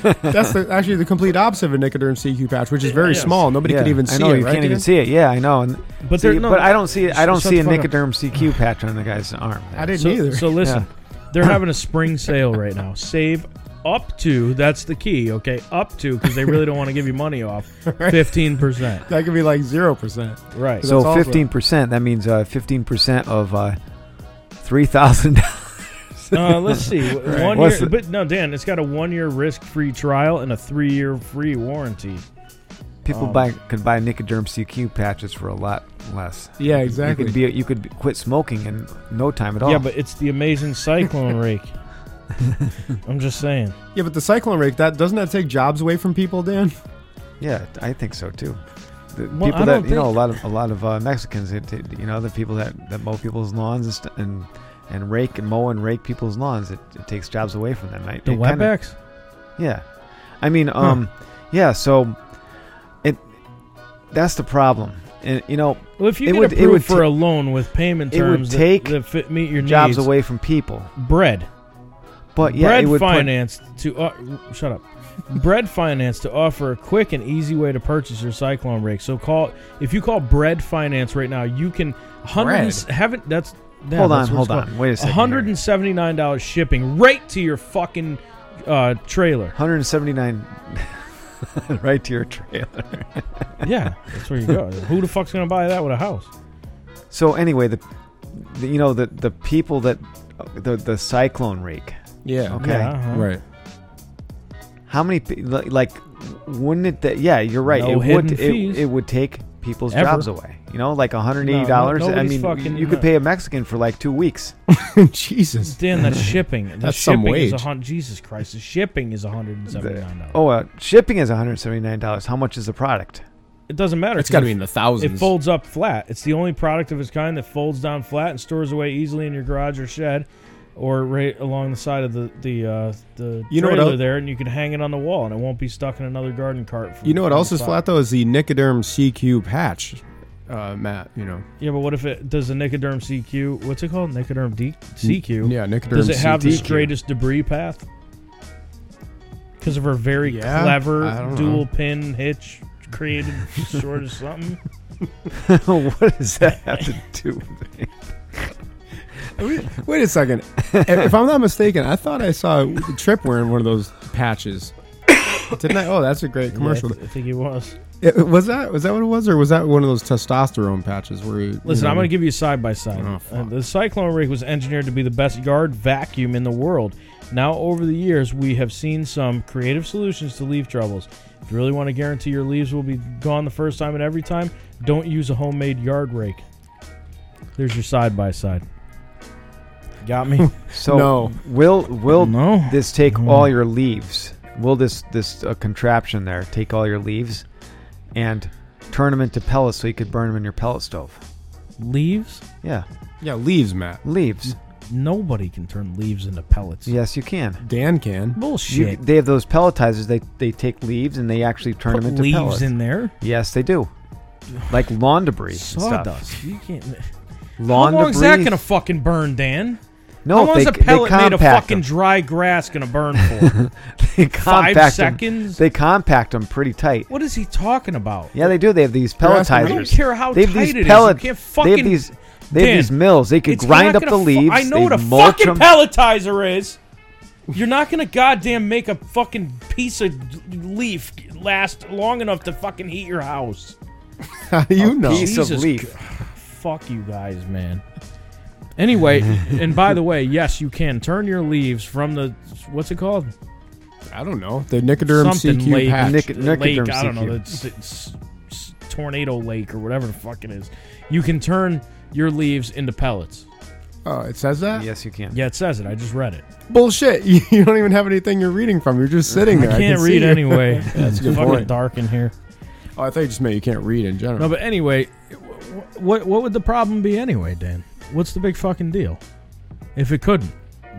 Speaker 1: That's the, actually the complete opposite of a Nicoderm CQ patch, which is very
Speaker 2: Yes.
Speaker 1: small. Nobody
Speaker 3: Yeah,
Speaker 1: could even
Speaker 3: I
Speaker 1: see
Speaker 3: know,
Speaker 1: it.
Speaker 3: You
Speaker 1: right,
Speaker 3: can't even
Speaker 1: Dan?
Speaker 3: see it. Yeah, I know. And
Speaker 2: but
Speaker 3: see,
Speaker 2: there, no,
Speaker 3: but I don't see. I don't
Speaker 2: Shut the
Speaker 3: see a
Speaker 2: fuck up.
Speaker 3: Nicoderm CQ patch on the guy's arm. there.
Speaker 1: I didn't
Speaker 2: so,
Speaker 1: either.
Speaker 2: So listen, they're having a spring sale right now. Save up to that's the key, okay? Up to because they really don't want to give you money off. Fifteen percent,
Speaker 1: that could be like zero percent.
Speaker 2: right?
Speaker 1: So-
Speaker 3: So
Speaker 1: that's awful.
Speaker 3: fifteen percent. That means uh, fifteen percent of uh, three thousand.
Speaker 2: Uh, let's see, w- one
Speaker 3: What's
Speaker 2: year,
Speaker 3: the-
Speaker 2: but no, Dan, it's got a one-year risk-free trial and a three-year free warranty.
Speaker 3: People
Speaker 2: Um,
Speaker 3: buy could buy Nicoderm CQ patches for a lot less.
Speaker 1: Yeah,
Speaker 3: You
Speaker 1: exactly.
Speaker 3: could be. You could be- quit smoking in no time at all.
Speaker 2: Yeah, but it's the amazing cyclone rake. I'm just saying.
Speaker 1: yeah, but the cyclone rake that doesn't that take jobs away from people, Dan?
Speaker 3: yeah, I think so too. The
Speaker 2: Well,
Speaker 3: people
Speaker 2: I
Speaker 3: that
Speaker 2: don't
Speaker 3: you know a lot of a lot of uh, Mexicans. It, it- you know the people that, that mow people's lawns and, st- and and rake and mow and rake people's lawns. It, it takes jobs away from them. I,
Speaker 2: The
Speaker 3: it kinda-
Speaker 2: wetbacks.
Speaker 3: Yeah, I mean, um, yeah. So it that's the problem, and you know,
Speaker 2: Well, if you
Speaker 3: It
Speaker 2: get
Speaker 3: would- it
Speaker 2: approved
Speaker 3: would
Speaker 2: for a
Speaker 3: ta-
Speaker 2: loan with payment
Speaker 3: it would
Speaker 2: terms that-
Speaker 3: take
Speaker 2: that, fit meet your
Speaker 3: jobs
Speaker 2: needs,
Speaker 3: away from people.
Speaker 2: bread.
Speaker 3: But yeah,
Speaker 2: bread
Speaker 3: it would put-
Speaker 2: finance to uh, shut up. bread finance to offer a quick and easy way to purchase your cyclone rake. So call if you call Bread Finance right now, you can hundred and s- haven't that's yeah,
Speaker 3: hold on,
Speaker 2: that's what it's
Speaker 3: hold
Speaker 2: called.
Speaker 3: on, wait a second.
Speaker 2: hundred and seventy nine dollars shipping right to your fucking uh, trailer.
Speaker 3: hundred and seventy nine, right to your trailer.
Speaker 2: yeah, that's where you go. Who the fuck's gonna buy that with a house?
Speaker 3: So anyway, the, the you know the the people that the the cyclone rake.
Speaker 1: Yeah.
Speaker 3: Okay.
Speaker 2: Yeah, uh-huh.
Speaker 1: Right.
Speaker 3: How many pe- li- like wouldn't it? That yeah, you're right.
Speaker 2: No
Speaker 3: it
Speaker 2: hidden
Speaker 3: would
Speaker 2: fees.
Speaker 3: it, it would take people's
Speaker 2: Ever.
Speaker 3: jobs away. You know, like hundred eighty dollars.
Speaker 2: No, no,
Speaker 3: I
Speaker 2: nobody's
Speaker 3: mean,
Speaker 2: fucking-
Speaker 3: you could pay a Mexican for like two weeks.
Speaker 1: Jesus.
Speaker 2: Dan, that's shipping. The
Speaker 1: That's some
Speaker 2: shipping is a
Speaker 1: wage.
Speaker 2: hundred. Jesus Christ, the shipping is hundred and seventy nine dollars.
Speaker 3: Oh, uh, shipping is one hundred seventy nine dollars. How much is the product?
Speaker 2: it doesn't matter.
Speaker 1: It's got to
Speaker 2: because
Speaker 1: be in the thousands.
Speaker 2: It folds up flat. It's the only product of its kind that folds down flat and stores away easily in your garage or shed, or right along the side of the the uh, the
Speaker 1: You know what
Speaker 2: trailer
Speaker 1: el-
Speaker 2: there, and you can hang it on the wall, and it won't be stuck in another garden cart. from-
Speaker 1: you know what
Speaker 2: from
Speaker 1: else
Speaker 2: the
Speaker 1: is
Speaker 2: side.
Speaker 1: flat though is the Nicoderm CQ patch, uh, Matt. You know.
Speaker 2: Yeah, but what if it does the Nicoderm CQ? What's it called? Nicoderm D- CQ.
Speaker 1: Yeah, Nicoderm.
Speaker 2: Does it have the
Speaker 1: CQ.
Speaker 2: straightest debris path? Because of her very
Speaker 1: Yeah, I
Speaker 2: clever
Speaker 1: don't
Speaker 2: dual
Speaker 1: know.
Speaker 2: pin hitch created short of something.
Speaker 3: what does that have to do? with it?
Speaker 1: Wait a second. if I'm not mistaken, I thought I saw Trip wearing one of those patches. Didn't I? Oh, that's a great commercial.
Speaker 2: Yeah, I think it was.
Speaker 1: It- was that was that what it was, or was that one of those testosterone patches where? You,
Speaker 2: Listen,
Speaker 1: you know-
Speaker 2: I'm going to give you a side by side.
Speaker 1: Mm-hmm. Oh, fuck.
Speaker 2: Uh, The Cyclone rig was engineered to be the best yard vacuum in the world. Now, over the years, we have seen some creative solutions to leaf troubles. If you really want to guarantee your leaves will be gone the first time and every time, don't use a homemade yard rake. There's your side by side. Got me?
Speaker 3: So
Speaker 1: No.
Speaker 3: will will
Speaker 2: no.
Speaker 3: this take
Speaker 2: Hmm.
Speaker 3: all your leaves? Will this this uh, contraption there take all your leaves and turn them into pellets so you could burn them in your pellet stove?
Speaker 2: Leaves?
Speaker 3: Yeah,
Speaker 1: yeah, leaves, Matt.
Speaker 2: Mm.
Speaker 3: leaves.
Speaker 2: Nobody can turn leaves into pellets.
Speaker 3: Yes, you can.
Speaker 1: Dan can.
Speaker 3: You-
Speaker 2: Bullshit.
Speaker 3: they have those pelletizers. They they take leaves and they actually turn
Speaker 2: Put
Speaker 3: them into
Speaker 2: leaves
Speaker 3: pellets.
Speaker 2: in there.
Speaker 3: yes, they do. Like lawn debris. and Stuff.
Speaker 2: Sawdust. You can't.
Speaker 3: Lawn
Speaker 2: How long is
Speaker 3: debris.
Speaker 2: that going to fucking burn, Dan?
Speaker 3: no,
Speaker 2: How long
Speaker 3: Oh, they,
Speaker 2: is a
Speaker 3: c- they
Speaker 2: pellet made of
Speaker 3: compact
Speaker 2: fucking
Speaker 3: 'em.
Speaker 2: dry grass gonna burn for?
Speaker 3: They
Speaker 2: Five
Speaker 3: compact 'em.
Speaker 2: seconds?
Speaker 3: They compact them pretty tight.
Speaker 2: What is he talking about?
Speaker 3: Yeah, they do. They have these
Speaker 1: asking
Speaker 2: I don't
Speaker 3: pelletizers.
Speaker 2: care how
Speaker 3: They have
Speaker 2: tight
Speaker 3: these
Speaker 2: it is.
Speaker 3: pellet.
Speaker 2: You can't
Speaker 3: they
Speaker 2: fucking.
Speaker 3: have these. They
Speaker 2: Dan,
Speaker 3: have these mills. They could
Speaker 2: it's
Speaker 3: grind
Speaker 2: not
Speaker 3: up the
Speaker 2: gonna fu-
Speaker 3: leaves.
Speaker 2: I know
Speaker 3: they
Speaker 2: what a
Speaker 3: mulch
Speaker 2: fucking
Speaker 3: 'em.
Speaker 2: pelletizer is. You're not gonna goddamn make a fucking piece of leaf last long enough to fucking heat your house.
Speaker 1: How do you know?
Speaker 3: piece of
Speaker 2: Jesus
Speaker 3: leaf.
Speaker 2: Fuck you guys, man. Anyway, and by the way, yes, you can turn your leaves from the what's it called?
Speaker 1: I don't know. The Nicoderm
Speaker 2: Something
Speaker 1: CQ
Speaker 2: lake.
Speaker 1: patch.
Speaker 3: Nic- Nicoderm
Speaker 2: lake. I don't know.
Speaker 3: CQ.
Speaker 2: It's, it's, it's tornado lake or whatever the fuck it is. You can turn your leaves into pellets.
Speaker 1: oh, it says that?
Speaker 3: Yes, you can.
Speaker 2: Yeah, it says it. I just read it.
Speaker 1: Bullshit. You, you don't even have anything you're reading from. You're just sitting
Speaker 2: I
Speaker 1: there.
Speaker 2: can't
Speaker 1: can see
Speaker 2: read
Speaker 1: you.
Speaker 2: anyway.
Speaker 1: That's a good
Speaker 2: it's fucking
Speaker 1: point.
Speaker 2: dark in here.
Speaker 1: Oh, I thought you just meant you can't read in general.
Speaker 2: No, but anyway, wh- what what would the problem be anyway, Dan? What's the big fucking deal? If it couldn't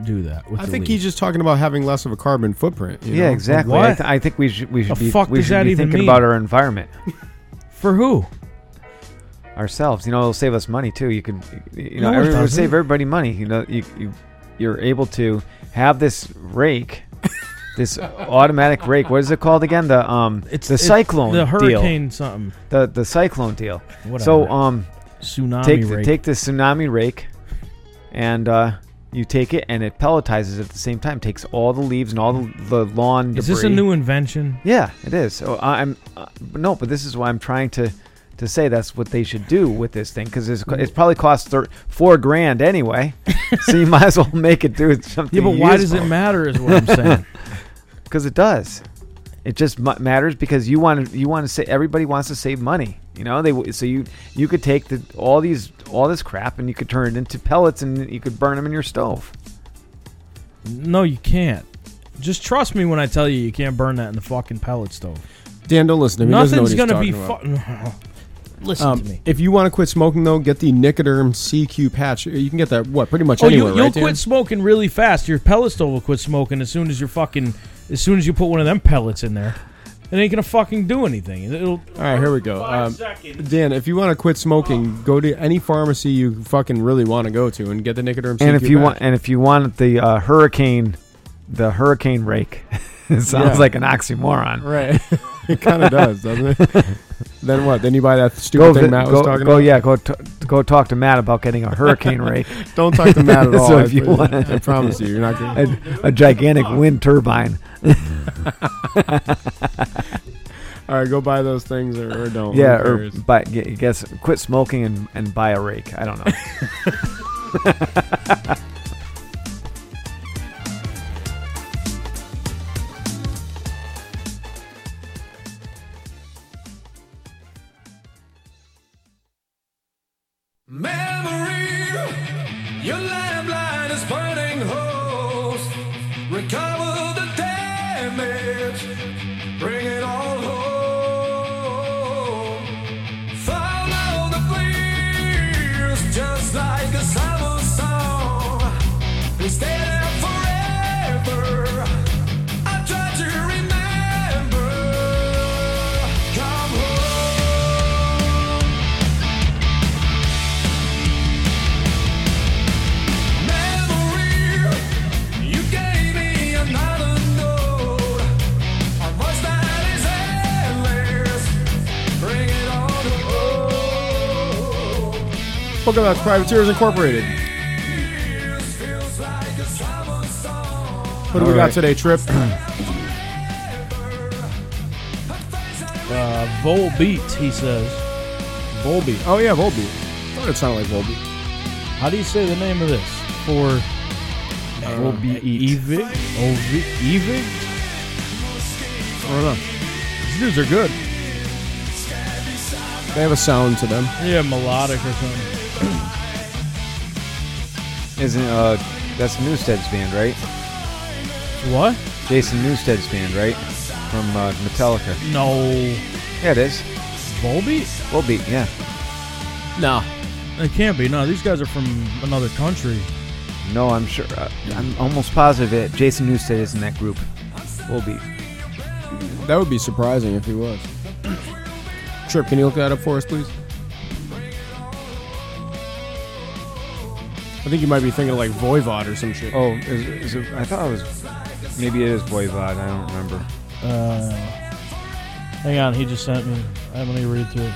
Speaker 2: do that, with
Speaker 1: I
Speaker 2: the
Speaker 1: think he's
Speaker 2: leaves?
Speaker 1: just talking about having less of a carbon footprint. you
Speaker 3: Yeah,
Speaker 1: know?
Speaker 3: exactly.
Speaker 2: What?
Speaker 3: I, th- I think we should we should
Speaker 2: The
Speaker 3: be,
Speaker 2: fuck
Speaker 3: we
Speaker 2: does
Speaker 3: should
Speaker 2: that
Speaker 3: be
Speaker 2: even
Speaker 3: thinking
Speaker 2: mean?
Speaker 3: about our environment
Speaker 2: for who?
Speaker 3: ourselves. You know, it'll save us money too. You can, you know,
Speaker 2: No, it
Speaker 3: every- it'll
Speaker 2: doesn't.
Speaker 3: save everybody money. You know, you, you you're able to have this rake, this automatic rake. What is it called again? The um,
Speaker 2: It's
Speaker 3: the
Speaker 2: it's
Speaker 3: cyclone
Speaker 2: the
Speaker 3: deal.
Speaker 2: hurricane something.
Speaker 3: The the cyclone deal.
Speaker 2: Whatever.
Speaker 3: So
Speaker 1: uh,
Speaker 3: um,
Speaker 2: tsunami
Speaker 3: take the,
Speaker 2: rate.
Speaker 3: take the tsunami rake, and uh, you take it, and it pelletizes at the same time. Takes all the leaves and all the, the lawn.
Speaker 2: Is this a
Speaker 3: debris.
Speaker 2: new invention?
Speaker 3: Yeah, it is. So I- I'm uh, but no, but this is why I'm trying to to say that's what they should do with this thing because it's, it's probably cost thir- four grand anyway. so you might as well make it do something.
Speaker 2: Yeah, but why does it matter? Is what I'm saying.
Speaker 3: Because it does. It just mu- matters because you want to. You want to say everybody wants to save money. You know they. w- So you you could take the all these all this crap and you could turn it into pellets and you could burn them in your stove.
Speaker 2: no, you can't. Just trust me when I tell you you can't burn that in the fucking pellet stove.
Speaker 1: Dan, don't listen to me. He doesn't know
Speaker 2: Nothing's
Speaker 1: what he's
Speaker 2: gonna be.
Speaker 1: talking about.
Speaker 2: Fu- Listen
Speaker 1: Um,
Speaker 2: to me.
Speaker 1: If you want to quit smoking, though, get the Nicoderm CQ patch. You can get that what pretty much
Speaker 2: Oh,
Speaker 1: anywhere,
Speaker 2: you, you'll
Speaker 1: right? Dan?
Speaker 2: quit smoking really fast. Your pellet stove will quit smoking as soon as you're fucking. As soon as you put one of them pellets in there, it ain't gonna fucking do anything. It'll.
Speaker 1: All right, here we go. Um,
Speaker 2: seconds.
Speaker 1: Dan, if you want to quit smoking, go to any pharmacy you fucking really want to go to and get the Nicoderm.
Speaker 3: and
Speaker 1: CQ
Speaker 3: if you
Speaker 1: patch.
Speaker 3: want and if you want the uh, hurricane, the hurricane rake. it sounds
Speaker 1: Yeah.
Speaker 3: like an oxymoron.
Speaker 1: right, it kind of does, doesn't it? then what? Then you buy that stupid
Speaker 3: go,
Speaker 1: thing
Speaker 3: vi-
Speaker 1: Matt
Speaker 3: go,
Speaker 1: was talking
Speaker 3: go
Speaker 1: about.
Speaker 3: yeah, go t- go talk to Matt about getting a hurricane rake,
Speaker 1: Don't talk to Matt at
Speaker 3: So
Speaker 1: all.
Speaker 3: if
Speaker 1: I-
Speaker 3: you want-
Speaker 1: I promise you, you're not going. to
Speaker 3: a, a gigantic wind turbine.
Speaker 1: All right, go buy those things or, or don't.
Speaker 3: yeah,
Speaker 1: Who
Speaker 3: or
Speaker 1: cares?
Speaker 3: buy, g- guess quit smoking and, and buy a rake. I don't know.
Speaker 4: Memory, your lifeline is burning holes. Recover the damage, bring it all home. Follow the flames, just like a summer song. They stay there forever. I try to remember. Come home. Memory, you gave me another note. A voice that is endless. Bring it on home.
Speaker 1: Welcome back to Privateers Incorporated.
Speaker 4: This feels like a summer song.
Speaker 1: What do we
Speaker 3: All
Speaker 1: got
Speaker 3: right.
Speaker 1: today, Trip?
Speaker 4: A face I
Speaker 2: Uh, Volbeat, he says.
Speaker 1: Volbeat. Oh yeah, Volbeat. I thought it sounded like Volbeat.
Speaker 2: How do you say the name of this? For Um,
Speaker 3: Volbeat.
Speaker 2: Evig? Ovig? Evig? I don't know. These dudes are good.
Speaker 1: They have a sound to them.
Speaker 2: Yeah, melodic or something.
Speaker 3: Isn't uh that's Newstead's band, right?
Speaker 2: What?
Speaker 3: Jason Newstead's band, right? From uh, Metallica.
Speaker 2: No.
Speaker 3: Yeah, it is.
Speaker 2: Volbeat?
Speaker 3: We'll be yeah.
Speaker 1: No.
Speaker 2: It can't be. No, these guys are from another country.
Speaker 3: No, I'm sure. Uh, I'm almost positive it. Jason Newstead is in that group. We'll be.
Speaker 1: That would be surprising if he was. Trip, can you look that up for us, please? I think you might be thinking of like Voivod or some shit.
Speaker 3: Oh, is, is it, I thought it was. Maybe it is Voivod. I don't remember.
Speaker 2: Uh, hang on, he just sent me. Uh, Let me read through it.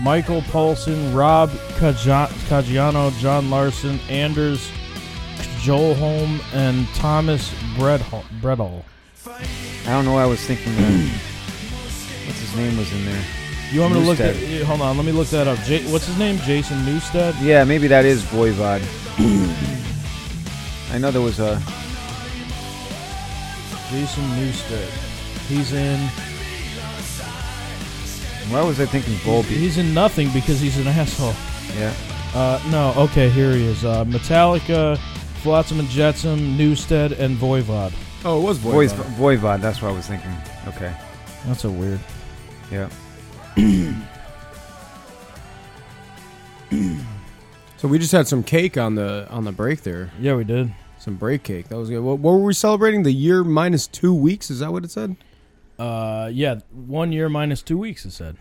Speaker 2: Michael Paulson, Rob Caggia- Caggiano, John Larson, Anders Joelholm, and Thomas Bredhol. Bredhol.
Speaker 3: I don't know. why I was thinking that. What's his name was in there?
Speaker 2: You want me to look
Speaker 3: Newstead.
Speaker 2: at? eh, Hold on, let me look that up. Ja- what's his name? Jason Newstead.
Speaker 3: Yeah, maybe that is Voivod. I know there was a.
Speaker 2: Jason Newstead. He's in.
Speaker 3: Why was I thinking Volby?
Speaker 2: He's in nothing because he's an asshole.
Speaker 3: Yeah.
Speaker 2: Uh, no, okay, here he is. Uh, Metallica, Flotsam and Jetsam, Newstead, and Voivod.
Speaker 1: Oh, it was
Speaker 3: Voivod.
Speaker 1: voice.
Speaker 3: Voivod, that's what I was thinking. Okay.
Speaker 2: That's a weird.
Speaker 3: Yeah.
Speaker 1: So we just had some cake on the on the break there.
Speaker 2: Yeah, we did.
Speaker 1: Some break cake. That was good. What, what were we celebrating? The year minus two weeks. Is that what it said?
Speaker 2: Uh, yeah, one year minus two weeks. It said.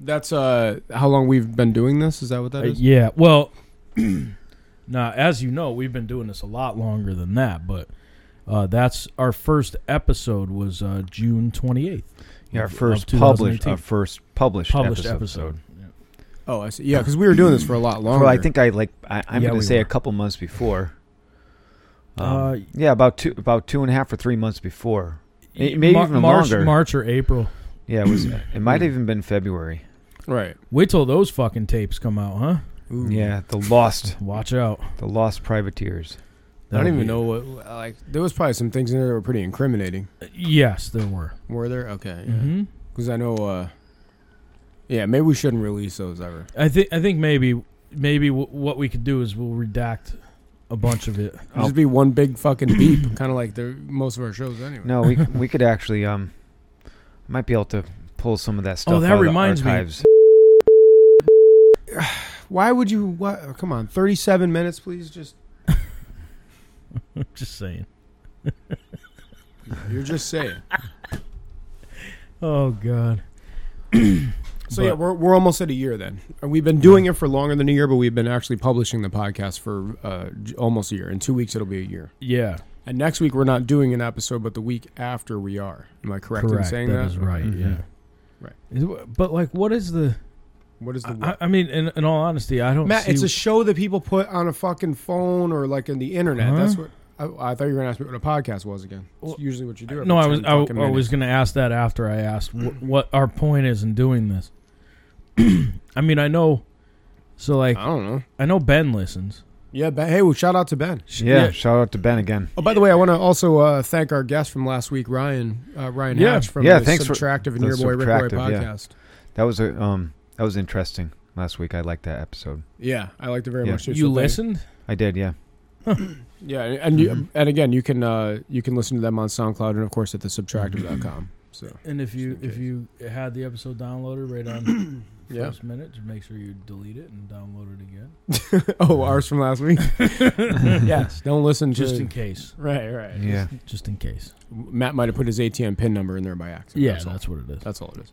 Speaker 1: That's uh how long we've been doing this. Is that what that
Speaker 2: Uh,
Speaker 1: is?
Speaker 2: yeah. Well, now as you know, we've been doing this a lot longer than that, but uh, that's our first episode was uh, June twenty eighth.
Speaker 3: Yeah, our
Speaker 2: Of- of
Speaker 3: first published,
Speaker 2: 2018.
Speaker 3: our first published,
Speaker 2: Published
Speaker 3: episode.
Speaker 2: episode.
Speaker 1: Oh, I see. Yeah, because we were doing this for a lot longer.
Speaker 3: Well, I think I like. I, I'm
Speaker 2: Yeah,
Speaker 3: going
Speaker 2: we
Speaker 3: to say
Speaker 2: were.
Speaker 3: a couple months before. Um,
Speaker 2: Uh,
Speaker 3: yeah, about two, about two and a half or three months before. Eh, maybe
Speaker 2: Mar-
Speaker 3: even
Speaker 2: March,
Speaker 3: longer.
Speaker 2: March or April.
Speaker 3: Yeah, it was. it might have even been February.
Speaker 1: right.
Speaker 2: Wait till those fucking tapes come out, huh?
Speaker 1: Ooh.
Speaker 3: Yeah, the lost,
Speaker 2: Watch out.
Speaker 3: the lost privateers.
Speaker 1: I don't
Speaker 2: That'll
Speaker 1: even
Speaker 2: be-
Speaker 1: know what like. There was probably some things in there that were pretty incriminating.
Speaker 2: Yes, there were.
Speaker 1: Were there? Okay. Because
Speaker 3: Mm-hmm.
Speaker 2: hmm
Speaker 1: I know. uh Yeah, maybe we shouldn't release those ever.
Speaker 2: I think I think maybe maybe w- what we could do is we'll redact a bunch of it.
Speaker 1: It'd Just be one big fucking beep, kind of like the most of our shows anyway.
Speaker 3: No, we we could actually um, might be able to pull some of that stuff.
Speaker 2: that
Speaker 3: out of the
Speaker 2: reminds me.
Speaker 3: archives.
Speaker 1: Why would you? What? oh, come on, thirty-seven minutes, please. Just
Speaker 2: Just saying.
Speaker 1: you're just saying.
Speaker 2: Oh God.
Speaker 1: So
Speaker 2: But-
Speaker 1: yeah, we're we're almost at a year then. And We've been doing it for longer than a year, but we've been actually publishing the podcast for uh, j- almost a year. In two weeks, it'll be a year.
Speaker 2: Yeah.
Speaker 1: And next week, we're not doing an episode, but the week after we are. Am I correct, in saying that? Mm-hmm.
Speaker 2: is right.
Speaker 3: Mhm.
Speaker 2: Yeah.
Speaker 1: Right.
Speaker 2: Is it- But like, what is the?
Speaker 1: What is the
Speaker 2: I, I mean, in, in all honesty, I don't.
Speaker 1: Matt?
Speaker 2: see,
Speaker 1: It's a show that people put on a fucking phone or like in the internet.
Speaker 2: Huh?
Speaker 1: That's what. I, I thought you were gonna ask me what a podcast was again. It's
Speaker 2: Well,
Speaker 1: usually what you do.
Speaker 2: no,
Speaker 1: every
Speaker 2: I was
Speaker 1: 10
Speaker 2: I,
Speaker 1: fucking Mm-hmm.
Speaker 2: I
Speaker 1: minutes.
Speaker 2: was going to ask that after I asked wh- what our point is in doing this. I mean, I know. So like,
Speaker 1: I don't know.
Speaker 2: I know Ben listens.
Speaker 1: Yeah, ben, hey, well, shout out to Ben.
Speaker 2: Sh-
Speaker 3: Yeah, shout out to Ben again.
Speaker 1: Oh, by the way, I want to also uh, thank our guest from last week, Ryan uh, Ryan
Speaker 2: Yeah.
Speaker 1: Hatch from
Speaker 3: Yeah,
Speaker 1: the
Speaker 3: thanks for-
Speaker 1: Subtractive and
Speaker 3: the
Speaker 1: Your Boy Rick Roy
Speaker 3: Subtractive, yeah.
Speaker 1: podcast.
Speaker 3: That was a um, that was interesting last week. I liked that episode.
Speaker 1: Yeah, I liked it very
Speaker 3: Yeah.
Speaker 1: much. Too, so
Speaker 2: You
Speaker 1: thank-
Speaker 2: listened?
Speaker 3: I did. Yeah.
Speaker 1: yeah, and
Speaker 3: Mm-hmm.
Speaker 1: you, and again, you can uh, you can listen to them on SoundCloud and of course at the Subtractive.com. So
Speaker 2: And if you
Speaker 1: Just in
Speaker 2: if you had the episode downloaded right on
Speaker 1: yeah.
Speaker 2: first minute, just make sure you delete it and download it again,
Speaker 1: oh, ours from last week. yes, don't listen to.
Speaker 2: just in case.
Speaker 1: right, right.
Speaker 3: Yeah.
Speaker 2: Just in case.
Speaker 1: Matt might have put his ATM pin number in there by accident.
Speaker 2: Yeah,
Speaker 1: that's all.
Speaker 2: that's what it is.
Speaker 1: That's all it is.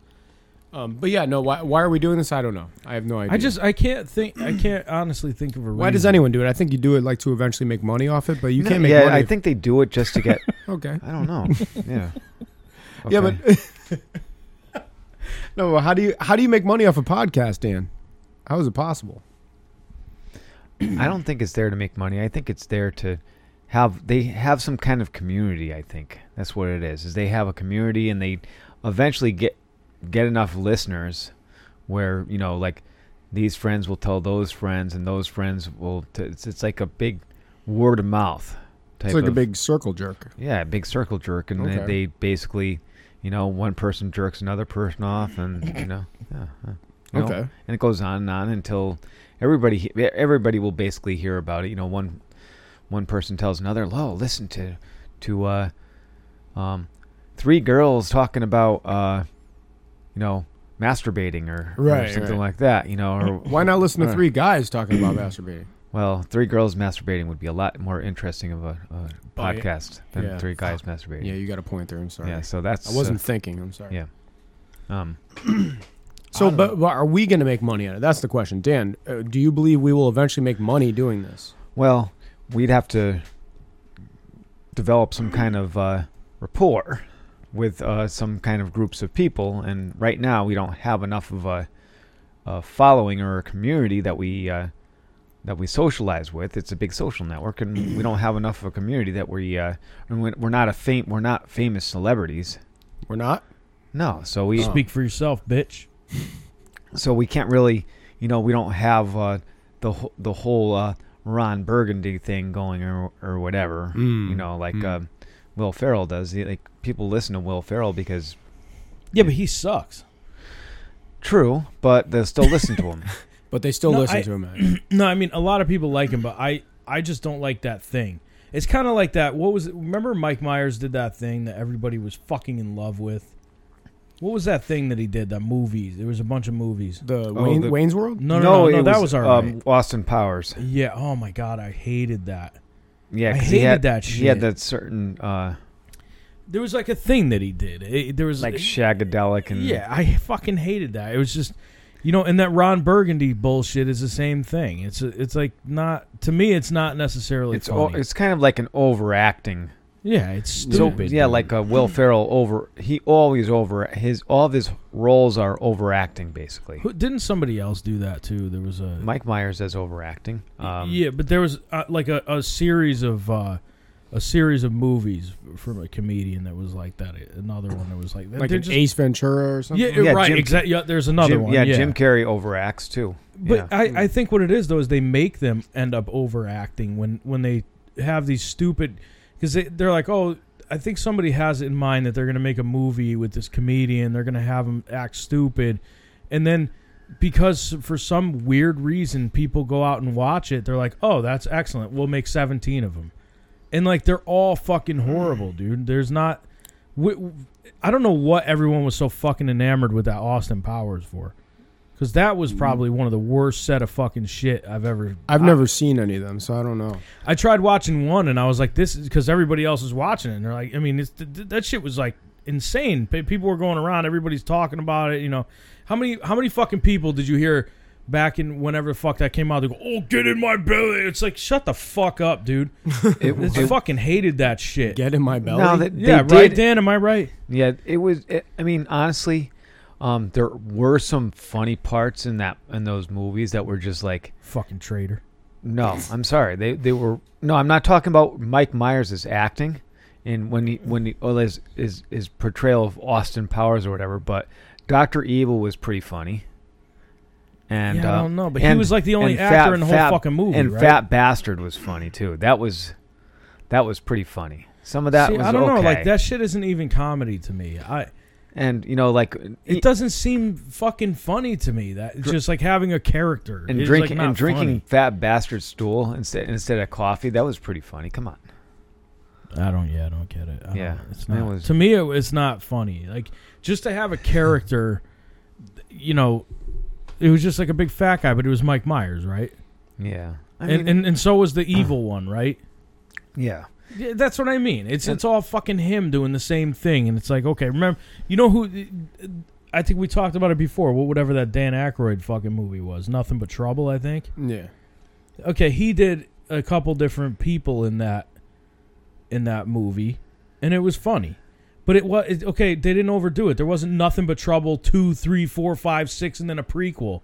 Speaker 1: Um, but yeah, no. Why, why are we doing this? I don't know. I have no idea.
Speaker 2: I just I can't think I can't honestly think of a.
Speaker 1: Why does
Speaker 2: reason.
Speaker 1: anyone do it? I think you do it like to eventually make money off it, but you
Speaker 3: No,
Speaker 1: can't make
Speaker 3: yeah,
Speaker 1: money.
Speaker 3: I think they do it just to get.
Speaker 1: okay.
Speaker 3: I don't know. Yeah.
Speaker 1: Yeah,
Speaker 3: Okay.
Speaker 1: but no. well, How do you how do you make money off a podcast, Dan? How is it possible?
Speaker 3: I don't think it's there to make money. I think it's there to have they have some kind of community. I think that's what it is. Is they have a community and they eventually get get enough listeners where you know like these friends will tell those friends and those friends will. T- it's it's like a big word of mouth. Type
Speaker 1: It's like a
Speaker 3: of-
Speaker 1: big circle jerk.
Speaker 3: yeah a big circle jerk and they,
Speaker 1: Okay.
Speaker 3: they basically you know one person jerks another person off and you know yeah, yeah, you know,
Speaker 1: Okay.
Speaker 3: and it goes on and on until everybody he- everybody will basically hear about it. You know, one one person tells another, "Lo, listen to to uh, um, three girls talking about uh, you know masturbating or, or
Speaker 1: Right,
Speaker 3: something
Speaker 1: right.
Speaker 3: like that." You know, or
Speaker 1: Why not listen to
Speaker 3: Alright.
Speaker 1: three guys talking about masturbating?
Speaker 3: well, three girls masturbating would be a lot more interesting of a, a
Speaker 1: Oh, yeah.
Speaker 3: podcast than
Speaker 1: Yeah.
Speaker 3: three guys masturbating.
Speaker 1: Yeah, you got a point there. I'm sorry.
Speaker 3: yeah. So that's
Speaker 1: I wasn't thinking. I'm sorry.
Speaker 3: Yeah. uh, um,
Speaker 1: So,
Speaker 2: I don't
Speaker 1: but, but are we going to make money on it? That's the question, Dan. Uh, do you believe we will eventually make money doing this?
Speaker 3: Well, we'd have to develop some kind of uh, rapport with uh, some kind of groups of people, and right now we don't have enough of a, a following or a community that we uh, that we socialize with. It's a big social network, and we don't have enough of a community that we. Uh, and we- we're not a fame. We're not famous celebrities.
Speaker 1: We're not.
Speaker 3: No, so we.
Speaker 1: Oh.
Speaker 2: Speak for yourself, bitch.
Speaker 3: so we can't really, you know, we don't have uh, the wh- the whole uh, Ron Burgundy thing going or or whatever.
Speaker 1: Mm.
Speaker 3: You know, like
Speaker 1: Mm.
Speaker 3: uh, Will Ferrell does. He- Like people listen to Will Ferrell because
Speaker 2: Yeah, but he sucks.
Speaker 3: true, but they'll still listen to him.
Speaker 1: But they still
Speaker 2: No,
Speaker 1: listen
Speaker 2: I-
Speaker 1: to him.
Speaker 2: No, I mean a lot of people like him, but I I just don't like that thing. It's kind of like that. What was it? Remember Mike Myers did that thing that everybody was fucking in love with. What was that thing that he did? That movies. There was a bunch of movies.
Speaker 1: The,
Speaker 3: Oh,
Speaker 1: Wayne,
Speaker 3: the-
Speaker 1: Wayne's World.
Speaker 2: No, no, no, no,
Speaker 3: it
Speaker 2: that was all right.
Speaker 3: um, Austin Powers.
Speaker 2: yeah. Oh my god, I hated that.
Speaker 3: Yeah,
Speaker 2: I
Speaker 3: 'cause he
Speaker 2: hated
Speaker 3: had,
Speaker 2: that
Speaker 3: He had
Speaker 2: shit.
Speaker 3: that certain uh,
Speaker 2: There was like a thing that he did. It- there was
Speaker 3: like shagadelic and
Speaker 2: Yeah, I fucking hated that. It was just, you know, and that Ron Burgundy bullshit is the same thing. It's it's like not to me. It's not necessarily.
Speaker 3: It's o-
Speaker 2: funny.
Speaker 3: it's kind of like an overacting.
Speaker 2: yeah, it's
Speaker 3: So
Speaker 2: stupid.
Speaker 3: yeah, like uh, Will Ferrell over. He always over his all of his roles are overacting basically.
Speaker 2: Who- didn't somebody else do that too? There was a
Speaker 3: Mike Myers as overacting. Um,
Speaker 2: yeah, but there was uh, like a, a series of uh, a series of movies from a comedian that was like that. Another one that was like that.
Speaker 1: Like
Speaker 2: They're
Speaker 1: an
Speaker 2: just-
Speaker 1: Ace Ventura or
Speaker 2: Yeah,
Speaker 1: something.
Speaker 3: Yeah,
Speaker 2: right.
Speaker 3: Jim-
Speaker 2: Exactly. Yeah, there's another
Speaker 3: Jim,
Speaker 2: one.
Speaker 3: Yeah,
Speaker 2: yeah,
Speaker 3: Jim Carrey overacts too.
Speaker 2: But
Speaker 3: yeah.
Speaker 2: I, I think what it is though is they make them end up overacting when when they have these stupid because they they're like oh I think somebody has it in mind that they're gonna make a movie with this comedian they're gonna have him act stupid and then because for some weird reason people go out and watch it they're like oh that's excellent we'll make seventeen of them and like they're all fucking horrible dude there's not w- I don't know what everyone was so fucking enamored with that Austin Powers for. Because that
Speaker 3: Mm-hmm.
Speaker 2: was probably one of the worst set of fucking shit I've ever.
Speaker 1: I've never seen any of them, so I don't know.
Speaker 2: I tried watching one and I was like, this is because everybody else is watching it. And they're like, I mean, it's, th- th- that shit was like insane. P- People were going around, everybody's talking about it. You know, how many how many fucking people did you hear back in whenever the fuck that came out? They go, oh, get in my belly. It's like, shut the fuck up, dude.
Speaker 3: it,
Speaker 2: I
Speaker 3: it-
Speaker 2: fucking hated that shit.
Speaker 1: Get in my belly.
Speaker 3: no, they,
Speaker 2: yeah,
Speaker 3: they
Speaker 2: right,
Speaker 3: did-
Speaker 2: Dan? Am I right?
Speaker 3: Yeah, it was. It, I mean, honestly, um, there were some funny parts in that in those movies that were just like,
Speaker 2: Fucking traitor.
Speaker 3: no, I'm sorry, they they were. No, I'm not talking about Mike Myers' acting, and when he when he, oh, his, his his portrayal of Austin Powers or whatever, but Doctor Evil was pretty funny. And
Speaker 2: Yeah, I
Speaker 3: uh,
Speaker 2: don't know, but he
Speaker 3: and-
Speaker 2: was like the only
Speaker 3: and
Speaker 2: actor
Speaker 3: Fat-
Speaker 2: in the whole
Speaker 3: Fat-
Speaker 2: fucking movie,
Speaker 3: And
Speaker 2: right?
Speaker 3: Fat Bastard was funny too. That was that was pretty funny. Some of that
Speaker 2: See,
Speaker 3: was
Speaker 2: I don't know.
Speaker 3: okay.
Speaker 2: Like that shit isn't even comedy to me. I
Speaker 3: and you know, like e,
Speaker 2: it doesn't seem fucking funny to me. That it's just like having a character
Speaker 3: and
Speaker 2: It's,
Speaker 3: drinking
Speaker 2: like, not
Speaker 3: and drinking
Speaker 2: funny.
Speaker 3: fat bastard stool instead instead of coffee. That was pretty funny. Come on,
Speaker 2: I don't. Yeah, I don't get it. I don't-
Speaker 3: Yeah,
Speaker 2: it's
Speaker 3: that
Speaker 2: not.
Speaker 3: was-
Speaker 2: to me, it, it's not funny. Like just to have a character, you know, it was just like a big fat guy, but it was Mike Myers, right?
Speaker 3: yeah, I
Speaker 2: and, and and so was the evil one, right?
Speaker 3: yeah,
Speaker 2: Yeah, that's what I mean. It's it's all fucking him doing the same thing, and it's like okay, remember, you know who? I think we talked about it before. wh- Whatever that Dan Aykroyd fucking movie was, nothing but trouble. I think.
Speaker 1: Yeah.
Speaker 2: Okay, he did a couple different people in that in that movie, and it was funny. But it was it, okay. They didn't overdo it. There wasn't nothing but trouble. Two, three, four, five, six, and then a prequel.